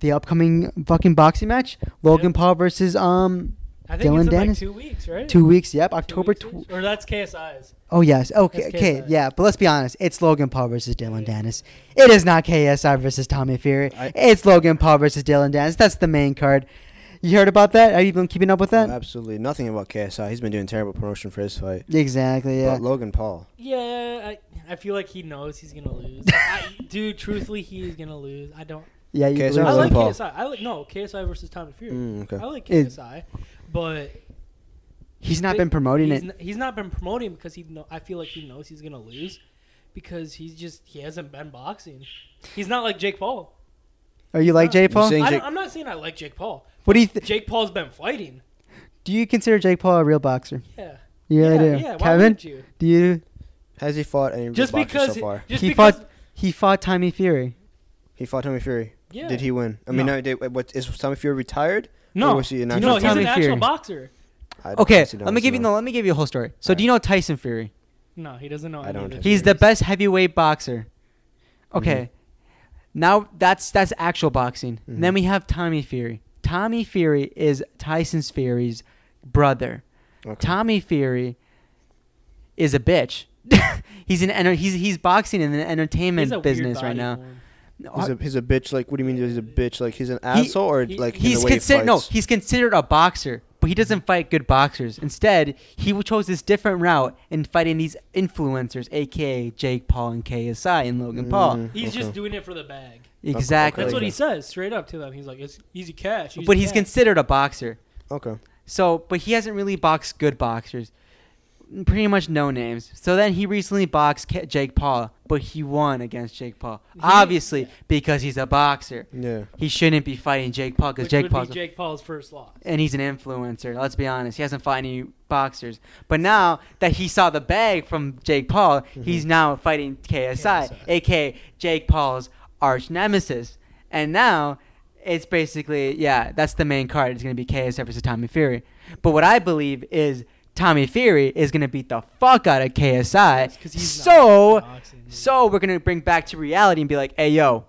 the upcoming fucking boxing match: Logan
Yep.
Paul versus um
I think
Dylan
it's in
Dennis.
like two weeks, right?
two weeks. Yep,
Two
October.
weeks
Tw-
each? or that's KSI's.
Oh yes. Okay.
That's
Okay.
KSI.
Yeah. But let's be honest. It's Logan Paul versus Dylan
Yeah.
Dennis. It is not KSI versus Tommy Fury.
I-
it's Logan Paul versus Dylan Dennis. That's the main card. You heard about that? Are you been keeping up with that?
Absolutely nothing about KSI. He's been doing terrible promotion for his fight.
exactly. Yeah.
But Logan Paul.
Yeah, I, I feel like he knows he's gonna lose. I, dude, truthfully, he's gonna lose. I don't.
yeah. You
Okay, so
believe
I
Logan
like
it?
Paul.
KSI. I like no KSI versus Tommy Fury.
Mm, okay.
I like
It-
KSI, but
he's not been promoting
he's
it.
n- he's not been promoting because he. Know, I feel like he knows he's gonna lose because he's just he hasn't been boxing. He's not like Jake Paul.
Are Oh, you like
not-
Jake
You
Paul?
saying-
I
Jake-
don't, I'm not saying I like Jake Paul.
What do you th-
Jake Paul's been fighting.
do? You consider Jake Paul a real boxer?
Yeah.
Yeah, I do.
yeah. Why
Kevin,
wouldn't you?
do you?
Has he fought any
Just
boxers
because
so far?
just
he
because,
fought. He fought Tommy Fury.
He fought Tommy Fury.
Yeah.
Did he win? I mean,
No.
no. did, what is Tommy Fury retired?
No,
Or was he an
no,
actual
he's an
Oh, Tommy Fury?
actual boxer.
I
Okay.
honestly don't
Let me give you.
know.
No. Let me give you a whole story. So
Alright.
do you know Tyson Fury?
No, he doesn't know.
I
any
don't
of
have
He's the best heavyweight boxer. Okay.
Mm-hmm.
Now that's that's actual boxing. And Then
Mhm.
we have Tommy Fury. Tommy Fury is Tyson Fury's brother.
Okay.
Tommy Fury is a bitch. he's in enter- he's he's boxing in the entertainment
He's a weird
business right
body
now.
form.
He's a he's a bitch. Like, what do you mean? He's a bitch. Like, he's an asshole, or
he-
like in
he's
the way he
considered no
fights?
he's considered a boxer but he doesn't fight good boxers instead he w- chose this different route in fighting these influencers aka jake paul and ksi and logan paul
Mm,
He's just
okay.
doing it for the bag.
exactly
That's what
Okay.
he says straight up to them. He's like, it's easy cash. easy
but he's
cash.
considered a boxer
okay.
so but he hasn't really boxed good boxers pretty much no names so then he recently boxed K- jake paul but he won against jake paul
He-
obviously
yeah.
because he's a boxer
Yeah.
he shouldn't be fighting jake paul because
Which
jake
would be
paul's a
Jake Paul's first loss.
and he's an influencer. Let's be honest, he hasn't fought any boxers. But now that he saw the bag from Jake Paul,
Mm-hmm.
he's now fighting KSI,
KSI.
aka Jake Paul's arch nemesis. And now it's basically yeah, that's the main card. It's gonna be KSI versus Tommy Fury. But what I believe is Tommy Fury is gonna beat the fuck out of KSI.
Yes, 'cause he's not
so
boxing, dude.
so we're gonna bring back to reality and be like, hey yo,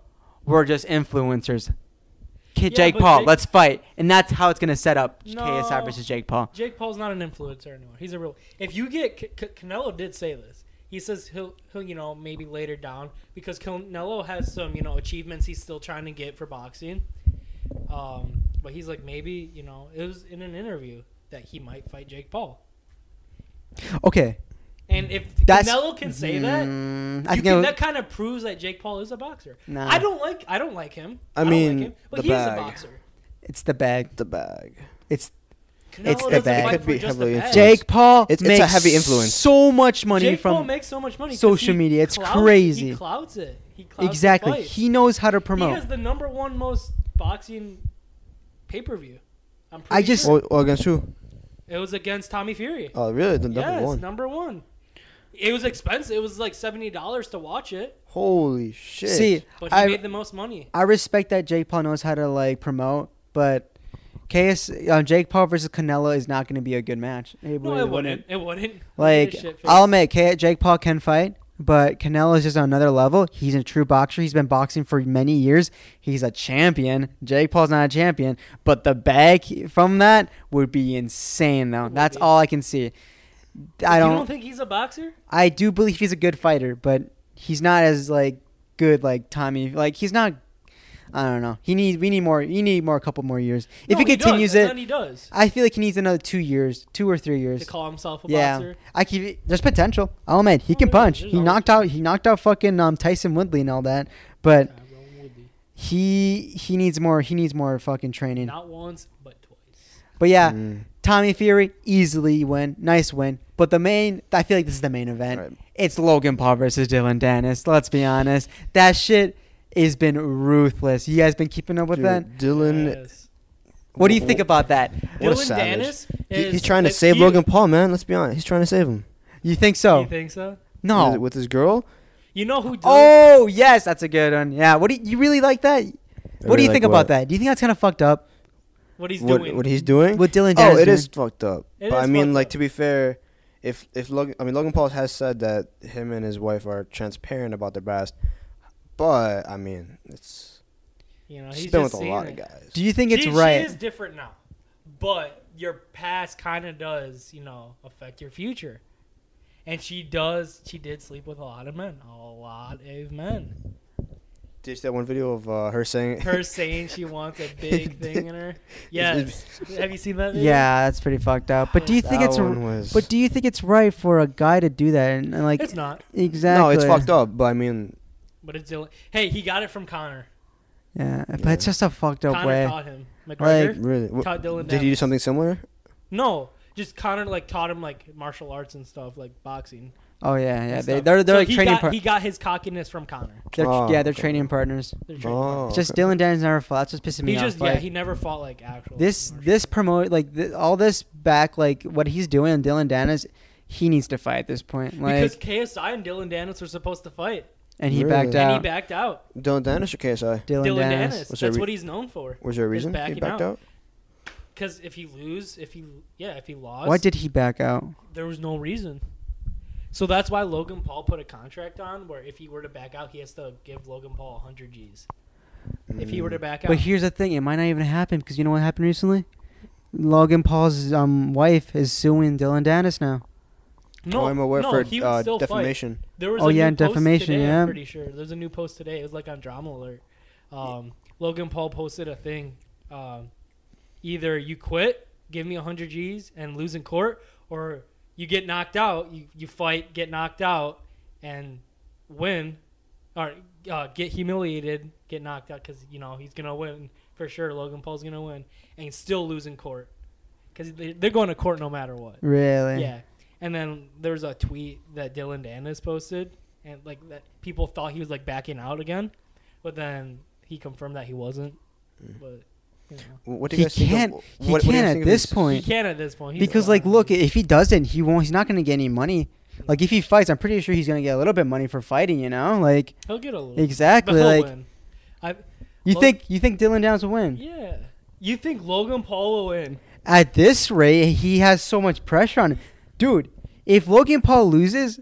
we're just influencers. K-
Yeah,
Jake
but
Paul,
Jake-
let's fight, and that's how it's gonna set up
No.
KSI versus Jake Paul.
Jake Paul's not an influencer anymore. He's a real. If you get C- C- Canelo did say this. He says he'll he'll you know maybe later down because Canelo has some you know achievements he's still trying to get for boxing. Um, but he's like maybe you know it was in an interview that he might fight Jake Paul.
Okay.
And if
That's-
Canelo can say that,
Mm,
you
I think
can,
I-
that kind of proves that Jake Paul is a boxer.
Nah.
I don't like I don't like him.
I
don't
mean,
like him, but
the
he is a
bag.
boxer.
it's the bag.
The bag.
It's
Canelo
It's the
doesn't
bag.
fight
It could
for
be
just the
heavily
bag.
influenced.
Jake Paul
It's- it's a
makes
heavy influence.
so much money
Jake
from
Paul makes so much money. 'cause
social
he
media. It's
clouts-
crazy.
He clouts it. He clouts The
exactly.
fight.
He knows how to
He
promote.
has the number one most boxing pay per view. I'm
I
pretty
just-
sure.
Well, well, against who?
it was against Tommy Fury.
Oh, really? The number
yes,
one.
number one. It was expensive. It was like seventy dollars to watch it,
Holy shit.
See,
but he
I
made the most money.
I respect that Jake Paul knows how to like promote, but KS uh, Jake Paul versus Canelo is not going to be a good match. It
No,
really
it wouldn't. It wouldn't.
Like
Shit face.
I'll admit, K- Jake Paul can fight, but Canelo is just on another level. He's a true boxer. He's been boxing for many years. He's a champion. Jake Paul's not a champion, but the bag from that would be insane, though.
It would
That's
be.
all I can see. I
You
don't.
don't think he's a boxer?
I do believe he's a good fighter, but he's not as like good like Tommy. Like he's not. I don't know. He need we need more. You need more a couple more years. If
No,
he continues
does, and
it,
then he does
I feel like he needs another two years, two or three
to
years.
call himself a
Yeah,
boxer.
I keep. There's potential. Oh man, he can
yeah,
punch.
there's
He
always-
knocked out. He knocked out fucking um, Tyson Woodley and all that. But
Yeah, well, Uh, would be.
he he needs more. He needs more fucking training.
Not once, but twice.
But yeah,
Mm.
Tommy Fury easily win. Nice win. But the main, I feel like this is the main event.
Right.
It's Logan Paul versus Dylan Dennis. Let's be honest. That shit has been ruthless. You guys been keeping up with
Dude,
that?
Dylan.
Yes.
What do you think about that?
What a
Dylan
savage.
Danis
He-
is-
he's trying to
if
save
he-
Logan Paul, man. Let's be honest. He's trying to save him.
You think
You
so?
think so?
With-
No.
With his girl.
You know who? Dylan,
Oh yes, that's a good one. Yeah. What do you, you really like that? What
I
do
really
you think
like
about
what-
that? Do you think that's kind of fucked up?
what he's
What,
doing?
what he's doing?
What Dylan
Oh,
Dennis
it
doing?
is fucked up.
It
but I
is
mean,
fucked
like
up.
to be fair, if if Logan, I mean Logan Paul has said that him and his wife are transparent about their past, but I mean it's
you know,
he's
he's
been
just
with a
saying
lot
it.
of guys.
Do you think it's
She-
right?
She is different now, but your past kind of does, you know, affect your future. And she does. She did sleep with a lot of men, a lot of men.
Did you see that one video of uh, her saying?
Her saying she wants a big thing in her. Yes. Have you seen that? Video?
yeah, that's pretty fucked up. But do you think
Oh, That
it's?
one was-
But do you think it's right for a guy to do that? And, and like, e-,
It's not,
exactly.
no, it's fucked up. But I mean,
but it's Dylan. Hey, he got it from Connor.
Yeah, but
Yeah.
it's just a fucked up
Connor
way.
taught him. McGregor
really, wh-
taught Dylan.
did he do
Danis.
something similar?
No, just Connor like taught him like martial arts and stuff, like boxing.
Oh yeah, yeah.
and
They,
stuff.
they're they're
So
like
he
training.
Got,
Par-
he got his cockiness from Connor.
they're,
Oh,
yeah, they're
okay.
training partners.
They're training
Oh,
partners.
It's Just
okay.
Dylan Dennis never fought. That's just pissing me
he
off.
just yeah
like,
he never fought like actual.
this
martial
this
arts.
promote like th- all this back like what he's doing on Dylan Dennis, he needs to fight at this point. Like,
because KSI and Dylan Danis were supposed to fight,
and he
Really?
backed
And
out.
and he backed out.
Dylan Dennis or KSI?
Dylan,
Dylan
Dennis.
Danis.
Was there
That's
re-
what he's known for.
Was there a
He's
reason he
backing
backed out?
out. Because if he lose, if he yeah, if he lost,
Why did he back out?
there was no reason. So that's why Logan Paul put a contract on where if he were to back out, he has to give Logan Paul 100 G's. If he were to back out,
Mm.
But here's the thing: it might not even happen because you know what happened recently. Logan Paul's um, wife is suing Dylan Dennis now.
No,
oh, I'm aware
no,
for
he would
uh,
still fight.
defamation.
There was
Oh,
a
yeah,
new post
defamation,
Today,
yeah.
I'm pretty sure there's a new post today. It was like on Drama Alert. Um, Logan Paul posted a thing. Um, either you quit, give me 100 G's and lose in court, or you get knocked out. You you fight, get knocked out, and win, or uh, get humiliated, get knocked out because you know he's gonna win for sure. Logan Paul's gonna win and still lose in court because they're going to court no matter what.
Really?
Yeah. And then there was a tweet that Dylan Dennis posted, and like that people thought he was like backing out again, but then he confirmed that he wasn't.
Hmm.
But you know,
Wh- What do
He
you guys think?
can't-
Of,
he
what, what do you
can't
guys
at
think
this
of these-
he
point
can at this point. He's
because
fine.
like look, if he doesn't, he won't. He's not gonna get any money. Like if he fights, I'm pretty sure he's gonna get a little bit of money for fighting. You know, like
he'll get a little but
exactly.
he'll
Like
win. I,
you
Well-
think you think Dylan Downs will win?
yeah. You think Logan Paul will win?
At this rate, he has so much pressure on him, dude. If Logan Paul loses,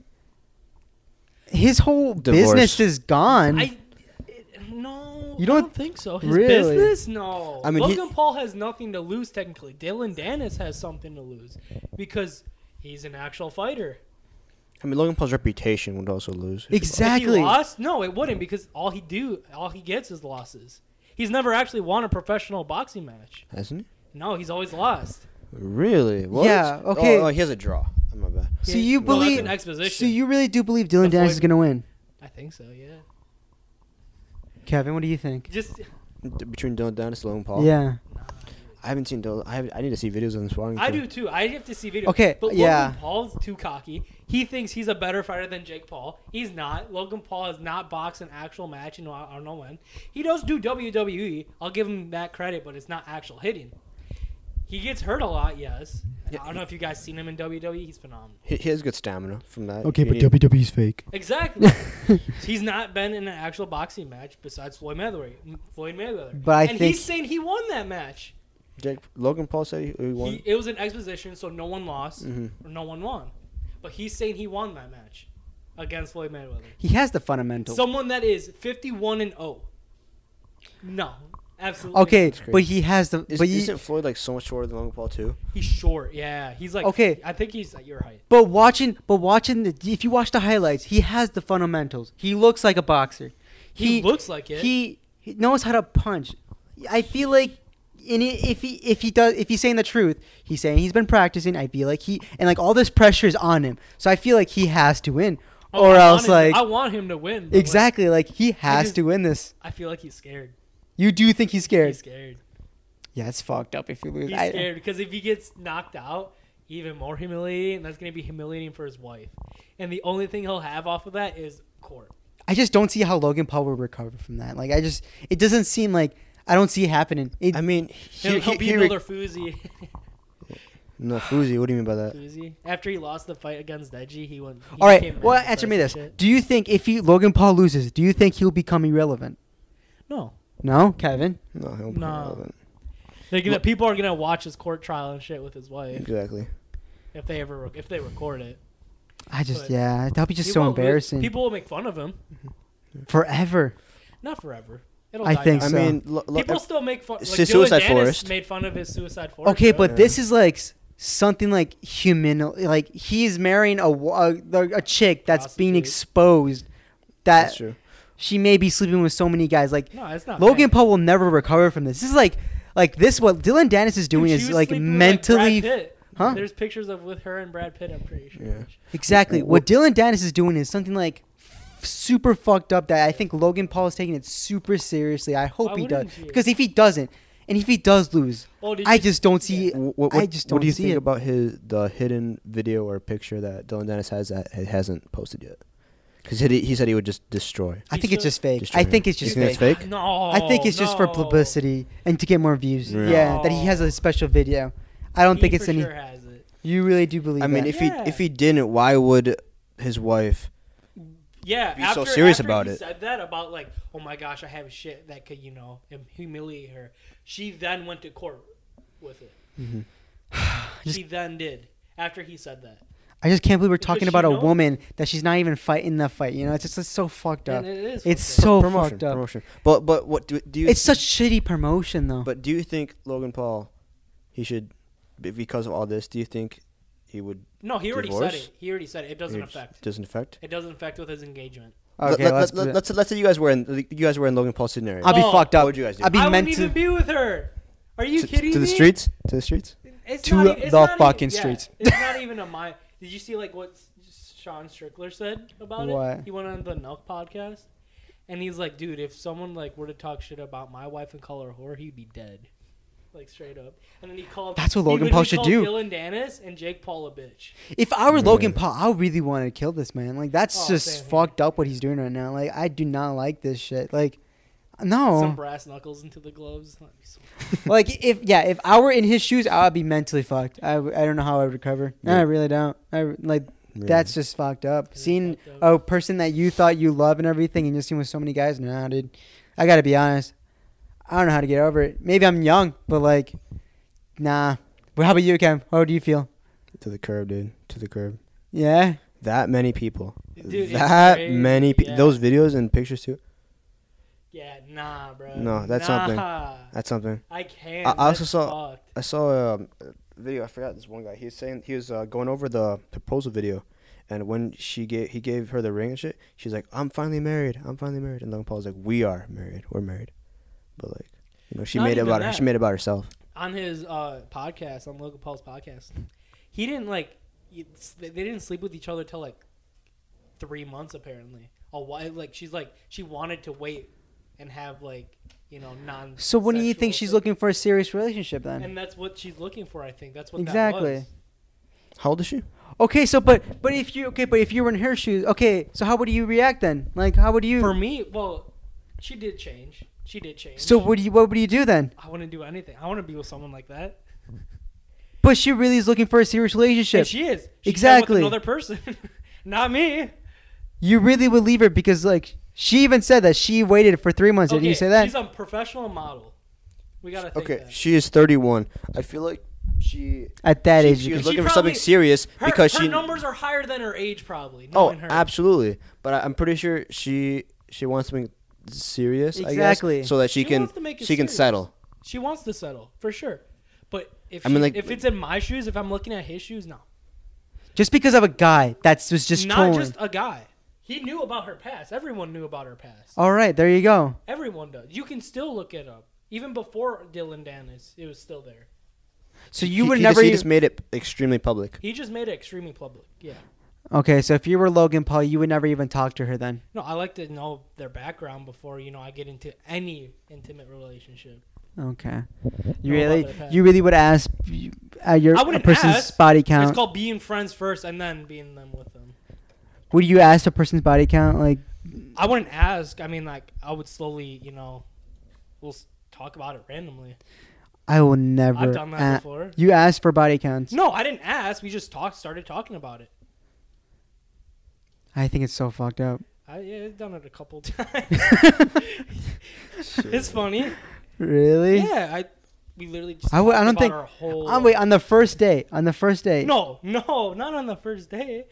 his whole
Divorce.
business is gone.
I it- no.
You don't-
I don't think so. His
Really?
business, no.
I mean, he-
Logan Paul has nothing to lose technically. Dylan Dennis has something to lose because he's an actual fighter.
I mean, Logan Paul's reputation would also lose.
If
exactly.
he lost, no, it wouldn't because all he do, all he gets is losses. He's never actually won a professional boxing match.
Hasn't he?
No, he's always lost.
Really? What?
Yeah,
Oh,
okay.
Oh, he has a draw. I'm my bad.
So
Yeah,
you
well, that's
believe?
an
So
exposition.
you really do believe Dylan
The
Dennis is
Floyd-
gonna win?
I think so. Yeah.
Kevin, what do you think?
Just
D- Between Dylan Dennis and Logan Paul.
Yeah.
I haven't seen Dylan. I, have, I need to see videos of him sparring.
I
too.
do too. I have to see video.
Okay,
but
yeah.
Logan Paul's too cocky. He thinks he's a better fighter than Jake Paul. He's not. Logan Paul has not boxed an actual match in I don't know when. He does do WWE. I'll give him that credit, but it's not actual hitting. He gets hurt a lot, yes. I don't know if you guys seen him in WWE. He's phenomenal.
He, he has good stamina from that.
Okay,
You
but
need-
WWE's fake.
Exactly. he's not been in an actual boxing match besides Floyd Mayweather. Floyd Mayweather.
But I
and
think-
he's saying he won that match.
Jake, Logan Paul said he, he won.
He, it was an exposition, so no one lost
Mhm.
Mm-hmm.
or no one won. But he's saying he won that match against Floyd Mayweather.
He has the fundamentals.
Someone that is 51 and 0. No, absolutely.
okay,
crazy.
but he has the.
Is,
but you-
isn't Floyd like so much shorter than Logan Paul too?
not. he's short. Yeah, he's like.
Okay.
I think he's at your height.
But watching, but watching the if you watch the highlights, he has the fundamentals. He looks like a boxer.
He, looks like it.
He, he knows how to punch. I feel like, and i- if he if he does if he's saying the truth, he's saying he's been practicing. I feel like he and like all this pressure is on him. So I feel like he has to win,
Oh, I
or
want
else
him-
like
I want him to win. but, like,
exactly like he has
just-
to win this.
I feel like he's scared.
You do think he's scared?
He's scared.
yeah, it's fucked up if you lose.
He's
I-
scared because if he gets knocked out, even more humiliating, and that's going to be humiliating for his wife. And the only thing he'll have off of that is court.
I just don't see how Logan Paul will recover from that. Like I just, it doesn't seem like I don't see it happening. It,
I mean,
He'll,
he,
he'll
he,
be
he
another
re-
Fuzi.
no Fuzi. What do you mean by that?
Fuzi. After he lost the fight against Deji, he went. He
all
became
right,
mad
well,
at
answer
first
me
and
this:
shit.
Do you think if he Logan Paul loses, do you think he'll become irrelevant?
No,
No, Kevin.
No, he'll be
No.
relevant.
they're gonna.
Look-
People are gonna watch his court trial and shit with his wife
Exactly.
if they ever rec- if they record it.
I just,
But-
yeah, that'll be just
He
so
won't lose.
embarrassing
People will make fun of him.
forever.
Not forever. It'll
I
die
think
down.
I
so.
mean, lo, lo,
People still make fun. Like
Su-
Suicide
Suicide
Forest
Forest.
made fun of his Suicide Forest.
Okay,
bro.
but this is like s- something like human. Like he's marrying a wa- a, a chick that's being
Prostitute.
exposed
that's
that
true.
she may be sleeping with so many guys. Like
no, it's not.
Logan
bad.
Paul will never recover from this. This is like like this what Dylan Dennis is doing
Dude, she
is
was
like
sleeping with,
mentally
Brad Pitt.
Huh?
There's pictures of with her and Brad Pitt. I'm pretty sure.
Yeah.
exactly what Dylan Dennis is doing is something like f- super fucked up that I think Logan Paul is taking it super seriously. I hope
Why
he does
wouldn't you?
because if he doesn't and if he does lose,
Oh, did
I
you-
just don't see
yeah.
What, what,
I just
what
don't
do you
see
think
it.
about his the hidden video or picture that Dylan Dennis has that he hasn't posted yet? Because he, he said he would just destroy.
I
He
think it's
should-
just fake.
Just
I
trying-
think it's
You
just
think
fake.
it's fake?
No,
I think it's just for
Oh, no.
publicity and to get more views.
No.
Yeah, that he has a special video. I don't
He
think it's
for
any.
Sure has it.
You really do believe
I mean,
that.
if
Yeah.
he if he didn't, why would his wife?
Yeah,
be so
after,
serious
after
about
he
it.
Said that about like, oh my gosh, I have shit that could you know hum- humiliate her. She then went to court with it.
Mm-hmm. Just-
she then did after he said that.
I just can't believe we're
Because
talking
she
about a
knows.
woman that she's not even fighting the fight. You know, it's just it's so fucked up.
And it is.
It's
fucked up.
so
promotion,
fucked up.
promotion. But but what do, do you?
It's such shitty promotion, though.
but do you think Logan Paul, he should be- because of all this, do you think he would
No, he already said
Divorce?
it. He already said it. It doesn't
it
affect.
Doesn't affect.
It doesn't affect with his engagement.
Okay,
let,
let's.
let, let, us let's say you guys were in you guys were in Logan Paul's scenario.
I'll be
Oh.
fucked
what
up.
would you guys do?
I'd be
I
meant
wouldn't
to.
even be with her. Are you
to,
kidding
to the
me?
streets? To the streets?
It's
To
not e- it's
the
not even-
fucking
yeah,
streets.
it's not even a my. Did you see like what S- Sean Strickler said about
What?
it? He went on the Nuck podcast, and he's like, "Dude, if someone like were to talk shit about my wife and call her a whore, he'd be dead." Like straight up, and then he called.
That's what
he
Logan Paul
literally
should
called
do.
Dylan Dennis and Jake Paul a bitch.
If I were
Yeah.
Logan Paul, I really wanted to kill this man. Like that's
Oh,
just
same here.
fucked up what he's doing right now. Like I do not like this shit. Like no.
Some brass knuckles into the gloves. That'd be so-
like if yeah, if I were in his shoes, I would be mentally fucked. I, w- I don't know how I would recover. No,
Yeah.
I really don't. I r- like
Yeah.
that's just fucked up.
It is
Seeing
fucked
a person that you thought you love and everything, and you're seeing with so many guys. Nah, dude, I gotta be honest. I don't know how to get over it. Maybe I'm young, but like, nah. Well, how about you, Cam? How do you feel?
to the curb, dude. To the curb.
Yeah.
That many people.
Dude, it's
that
crazy,
many pe-
yeah.
those videos and pictures too.
Yeah, nah, bro.
No, that's
nah.
something. That's something.
I can't.
I- I also
That's
saw-
fucked.
I saw um, a video. I forgot this one guy. He was saying he was uh, going over the proposal video, and when she gave he gave her the ring and shit, she's like, "I'm finally married. I'm finally married." And Logan Paul's like, "We are married. We're married." But like, you know, she
Not
made it
even
about her.
that.
She made it about herself.
on his uh, podcast on Logan Paul's podcast. He didn't like it's- they they didn't sleep with each other till like three months apparently. A while like she's like she wanted to wait and have like you know non.
So when do you think she's looking for a serious relationship then?
And that's what she's looking for. I think that's what
Exactly.
That was.
How old is she?
Okay, so but but if you okay, but if you were in her shoes, okay, so how would you react then? Like, how would you?
For me, well, she did change. She did change.
so would you? What would you do then?
I wouldn't do anything. I want to be with someone like that.
But she really is looking for a serious
And
relationship.
she is She's been
Exactly.
with another person, not me.
you really would leave her because like she even said that she waited for three months. Did you say that?
She's a professional model. We gotta think
Okay,
that.
she is 31. I feel like she
At that
she,
age,
she
you
was
could-
looking for
probably-
something serious
Her,
because
her
she
numbers are higher than her age, probably.
Oh,
knowing her.
absolutely. But I, I'm pretty sure she she wants something serious. I
Exactly.
guess, so that she,
She
can
wants to make it
she can
serious.
settle.
She wants to settle for sure, but if
I mean,
she-
like-
if it's in my shoes, if I'm looking at his shoes, no,
just because of a guy that was just
not
trolling.
just a guy. He knew about her past. Everyone knew about her past.
All right, there you go.
Everyone does. You can still look it up. Even before Dylan Dennis, it was still there.
So you
He-
would
he
never.
Just, he
e-
just made it extremely public.
He just made it extremely public. Yeah.
okay, so if you were Logan Paul, you would never even talk to her then.
No, I like to know their background before you know I get into any intimate relationship.
Okay. You
No,
really,
about that.
you really would ask uh, your
I
a
wouldn't
person's
ask.
body
It's
count.
called being friends first and then being them with them.
would you ask a person's body count? Like,
I wouldn't ask. I mean, like, I would slowly, you know, we'll s- talk about it randomly.
I will never.
I've done that
a-
before.
You asked for body counts.
No, I didn't ask. We just talked, started talking about it.
I think it's so fucked up.
I, yeah, I've done it a couple times. it's funny.
Really?
Yeah, I we literally just.
I would- I
talked
don't
about
think-
Our whole
On wait, on the first day. On the first day.
no, no, not on the first day.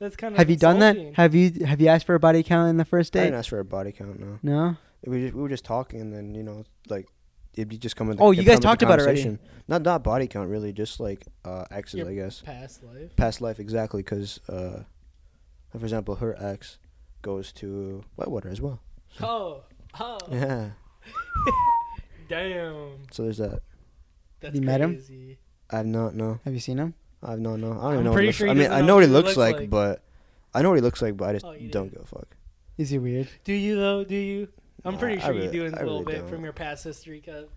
That's kind of.
Have you done that?
insulting.
Have you have you asked for a body count in the first
I
date?
didn't ask for a body count. No,
No.
we just, we were just talking, and then you know, like it'd be just coming.
Oh, you guys talked about it already.
Not not body count, really, just like uh, exes,
Your
I guess.
Past life.
Past life, exactly, because uh, for example, her ex goes to Whitewater as well.
Oh, oh,
Yeah,
damn.
so there's that.
That's
You
crazy.
met him?
I've not no.
Have you seen him?
I have no no. I don't
I'm
even know. What
pretty
he looks,
sure
I
he
mean,
doesn't
I
know
know
what
what he
he
looks,
looks
like,
like.
but I know what he looks like, but I just
Oh, you
don't give a fuck.
Is he weird?
Do you though? Do you? I'm
Nah,
pretty
I
sure you
really-
do in
I
a little
really
bit
don't.
from your past history, Kev.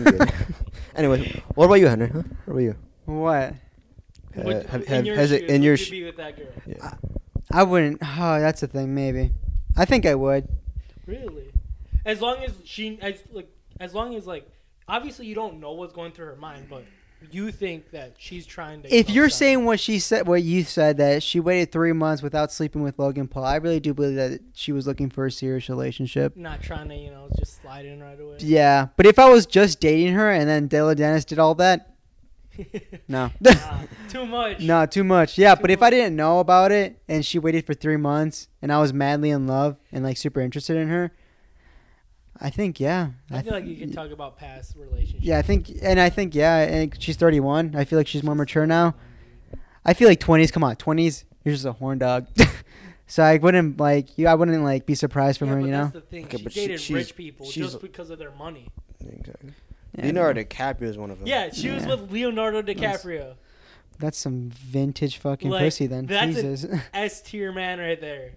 good. anyway, what about you, Henry? Huh? What about you?
What?
Uh,
Would-
have,
in
have,
your
has it
shoes,
in
would
your?
you
Sh-
be with that girl?
yeah.
I wouldn't. Oh, that's the thing. Maybe. I think I would.
Really? As long as she, as like, as long as like, obviously you don't know what's going through her mind, but you think that she's trying to.
If
know
you're
something.
saying what she said, what you said that she waited three months without sleeping with Logan Paul, I really do believe that she was looking for a serious relationship.
not trying to, you know, just slide in right away.
Yeah, but if I was just dating her and then Della Dennis did all that, no,
Nah, too much.
no, too much. Yeah,
Too
but if I
much.
didn't know about it and she waited for three months and I was madly in love and like super interested in her, I think yeah.
I, feel like you
th-
could talk about past relationships.
Yeah, I think, and I think yeah, and she's 31. I feel like she's more mature now. I feel like 20s. Come on, 20s. You're just a horn dog. so I wouldn't like you. I wouldn't like be surprised from
Yeah,
her.
but
You know.
that's the thing.
Okay,
she
but she-
dated
she's-
rich people
she's-
just because of their money.
Oh.
Exactly.
Yeah,
Leonardo DiCaprio is one of them.
Yeah, she was
Yeah.
with Leonardo
That's-
DiCaprio.
That's some vintage fucking
Like,
pussy then.
that's a-
Jesus.
S tier man right there.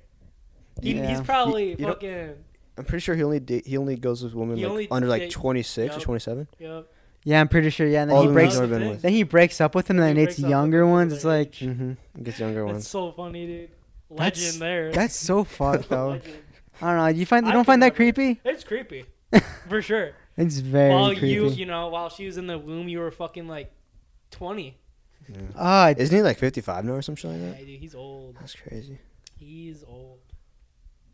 He,
Yeah.
He's probably
You- you don't-
fucking.
I'm pretty sure he only date, he only goes with women
He only
like, under like
date-
26 or
Yup.
27.
Yup.
yeah, I'm pretty sure. Yeah, and then
All
he
the
breaks.
ones
breaks-
I've been with.
Then he breaks up with him, and
He
then
breaks
it's
up with
younger
them,
ones.
they're
It's like
Mm-hmm. Gets younger
That's
ones.
so funny, dude. Legend
That's-
there.
that's so fucked though.
Legend.
I don't know. You find you
I
don't
could
find that
never.
creepy?
It's creepy, for sure.
It's very
while
creepy.
you, you know, while she was in the womb, you were fucking like twenty.
Ah, it's-
Isn't he like 55 now or something like
Yeah,
that?
dude, he's old.
That's crazy.
He's old.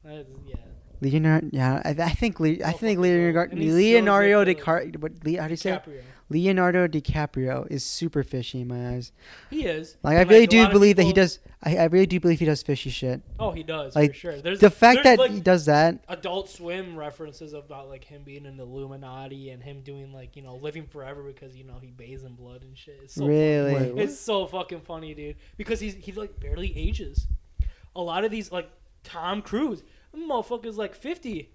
That is, yeah.
Leonardo. Yeah, I, I think Le, I
Oh,
think
fucking hell.
Leonardo
And he's
Leonardo
so good for
DiCaprio. What Le, how do you say? it?
DiCaprio.
Leonardo DiCaprio is super fishy in my eyes.
He is.
Like I
And,
really
a lot
do
of
believe that he
people-
does. I, I really do believe he does fishy shit.
Oh, he does
like,
for sure. There's
The fact
there's,
that
like,
he does that.
Adult Swim references about like him being an Illuminati and him doing like you know living forever because you know he bathes in blood and shit. It's so
Really?
funny.
Wait, what?
it's so fucking funny, dude. Because he's he like barely ages. A lot of these like Tom Cruise, motherfucker's like fifty.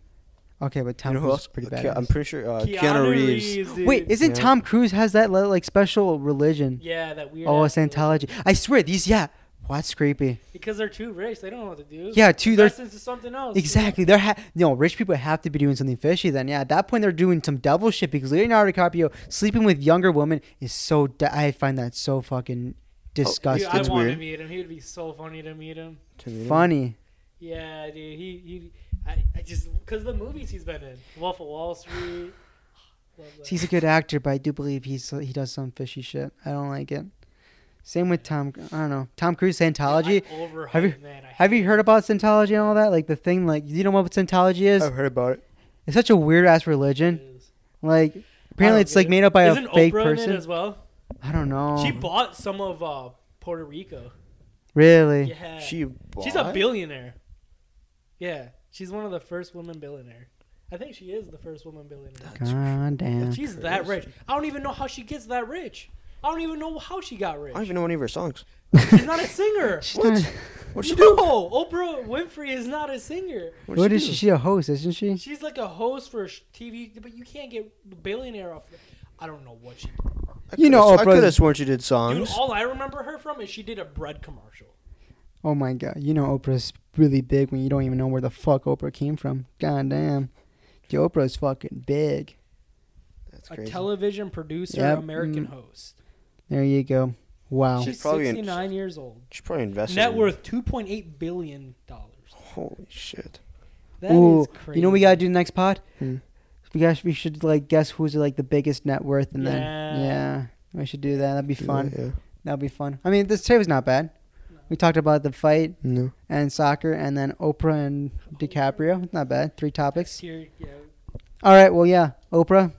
Okay, but Tom
you know who
Cruise is
else?
pretty
Uh, Ke-
bad.
I'm pretty sure uh, Keanu, Reeves.
dude.
Wait, isn't
Yeah.
Tom Cruise has that li- like special religion?
yeah, that weird.
Oh,
ass dude.
Scientology. I swear these. Yeah, what's creepy?
Because they're too rich, they don't know what to do.
Yeah, too- they're-
Invest into something else.
Exactly. They're ha- no rich people have to be doing something fishy. Then yeah, at that point they're doing some devil shit because Leonardo DiCaprio sleeping with younger women is so. De- I find that so fucking
Oh,
Dude,
disgusting.
I
It's
want
weird.
to meet him. He would be so funny to meet him.
To me.
Funny.
Yeah, dude. He, he I, I just because the movies he's been in, Wolf of Wall Street. Love that.
He's a good actor, but I do believe he's he does some fishy shit. I don't like it. Same with Tom. I don't know. Tom Cruise Scientology.
I'm over
Have
have
you-
you, man. I
Have you heard about Scientology and all that? Like the thing, like you know what Scientology is?
Oh.
I've heard about it.
It's such a weird ass religion. Like apparently it's like made up by
Isn't
a fake
Oprah in
person.
it as well?
I don't know.
Um,
She bought some of uh, Puerto Rico.
really?
Yeah,
She bought?
she's a billionaire. Yeah, she's one of the first women billionaire. I think she is the first woman billionaire.
God damn.
She's that
crazy.
rich. I don't even know how she gets that rich. I don't even know how she got
I
rich.
don't even know any of her songs.
She's not a singer.
She's
What?
not-
What'd she
no,
do?
Oprah Winfrey is not a singer.
What'd
what is she?
do?
She's a host, isn't she?
She's like a host for sh- TV, but you can't get billionaire off. I don't know what she.
I
You know
coulda- I
Oprah-
could have sworn she did
Dude,
songs.
all I remember her from is she did a bread commercial.
Oh my god. You know Oprah's really big when you don't even know where the fuck Oprah came from. God damn. The Oprah's fucking big.
That's
A
crazy.
television producer,
Yep.
American
Mm.
host.
There you go. Wow.
She's
She's
probably in-
69 years old.
She probably invested.
Net
in-
worth 2.8 billion dollars.
Holy shit.
That is
Ooh,
crazy.
You know what we gotta do next pod?
Hmm.
We guys we should like guess who's like the biggest net worth and then
Yeah.
yeah. We should do that. That'd be
Do
fun.
that, yeah.
That'd be fun. I mean this today was not bad. We talked about the fight
No.
and soccer and then Oprah and DiCaprio. Not bad. Three topics.
Here, yeah.
Alright, well yeah. Oprah,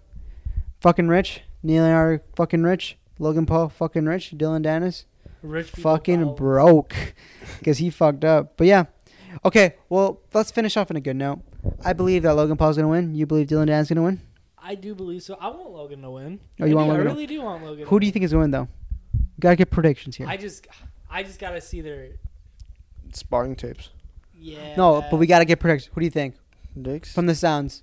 fucking rich. Neil are fucking rich. Logan Paul fucking rich. Dylan Dennis
Rich people
fucking
follow-
broke because he fucked up. But yeah, okay. Well, let's finish off on a good note. I believe that Logan Paul's gonna win. You believe Dylan Dan's gonna win.
I do believe so. I want Logan to win.
Oh, you
I
want
do,
Logan to-
I really do want Logan.
Who
to
do you think is gonna win though? Gotta get predictions here.
I just, I just gotta see their.
Sparring tapes.
Yeah.
no, but we gotta get predictions. Who do you think
Dicks.
from the sounds?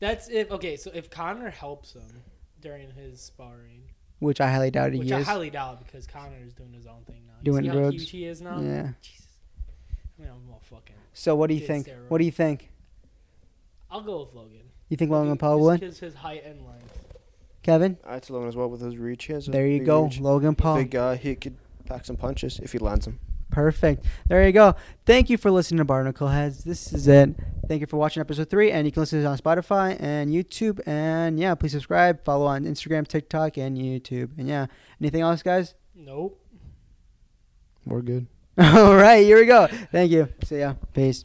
That's if okay. So if Connor helps him during his sparring,
Which I highly doubt he
which I
is.
highly doubt because Connor is doing his own thing now. You
Doing
see
drugs.
How huge he is now.
Yeah.
Jesus. I mean, I'm all fucking.
So what do you
Did
think?
steroids.
What do you think?
I'll go with Logan.
You think Logan
Just
Paul will win?
His, his height and length.
Kevin?
I had to Logan as well with his reach. He has a
There you
big
go,
reach.
Logan Paul.
Big guy. He could pack some punches if he lands them.
Perfect. There you go. Thank you for listening to Barnacle Heads. This is it. Thank you for watching episode three, and you can listen to it on Spotify and YouTube. And yeah, please subscribe, follow on Instagram, TikTok, and YouTube. And yeah, anything else, guys?
Nope.
We're good.
All right, here we go. Thank you. See ya. Peace.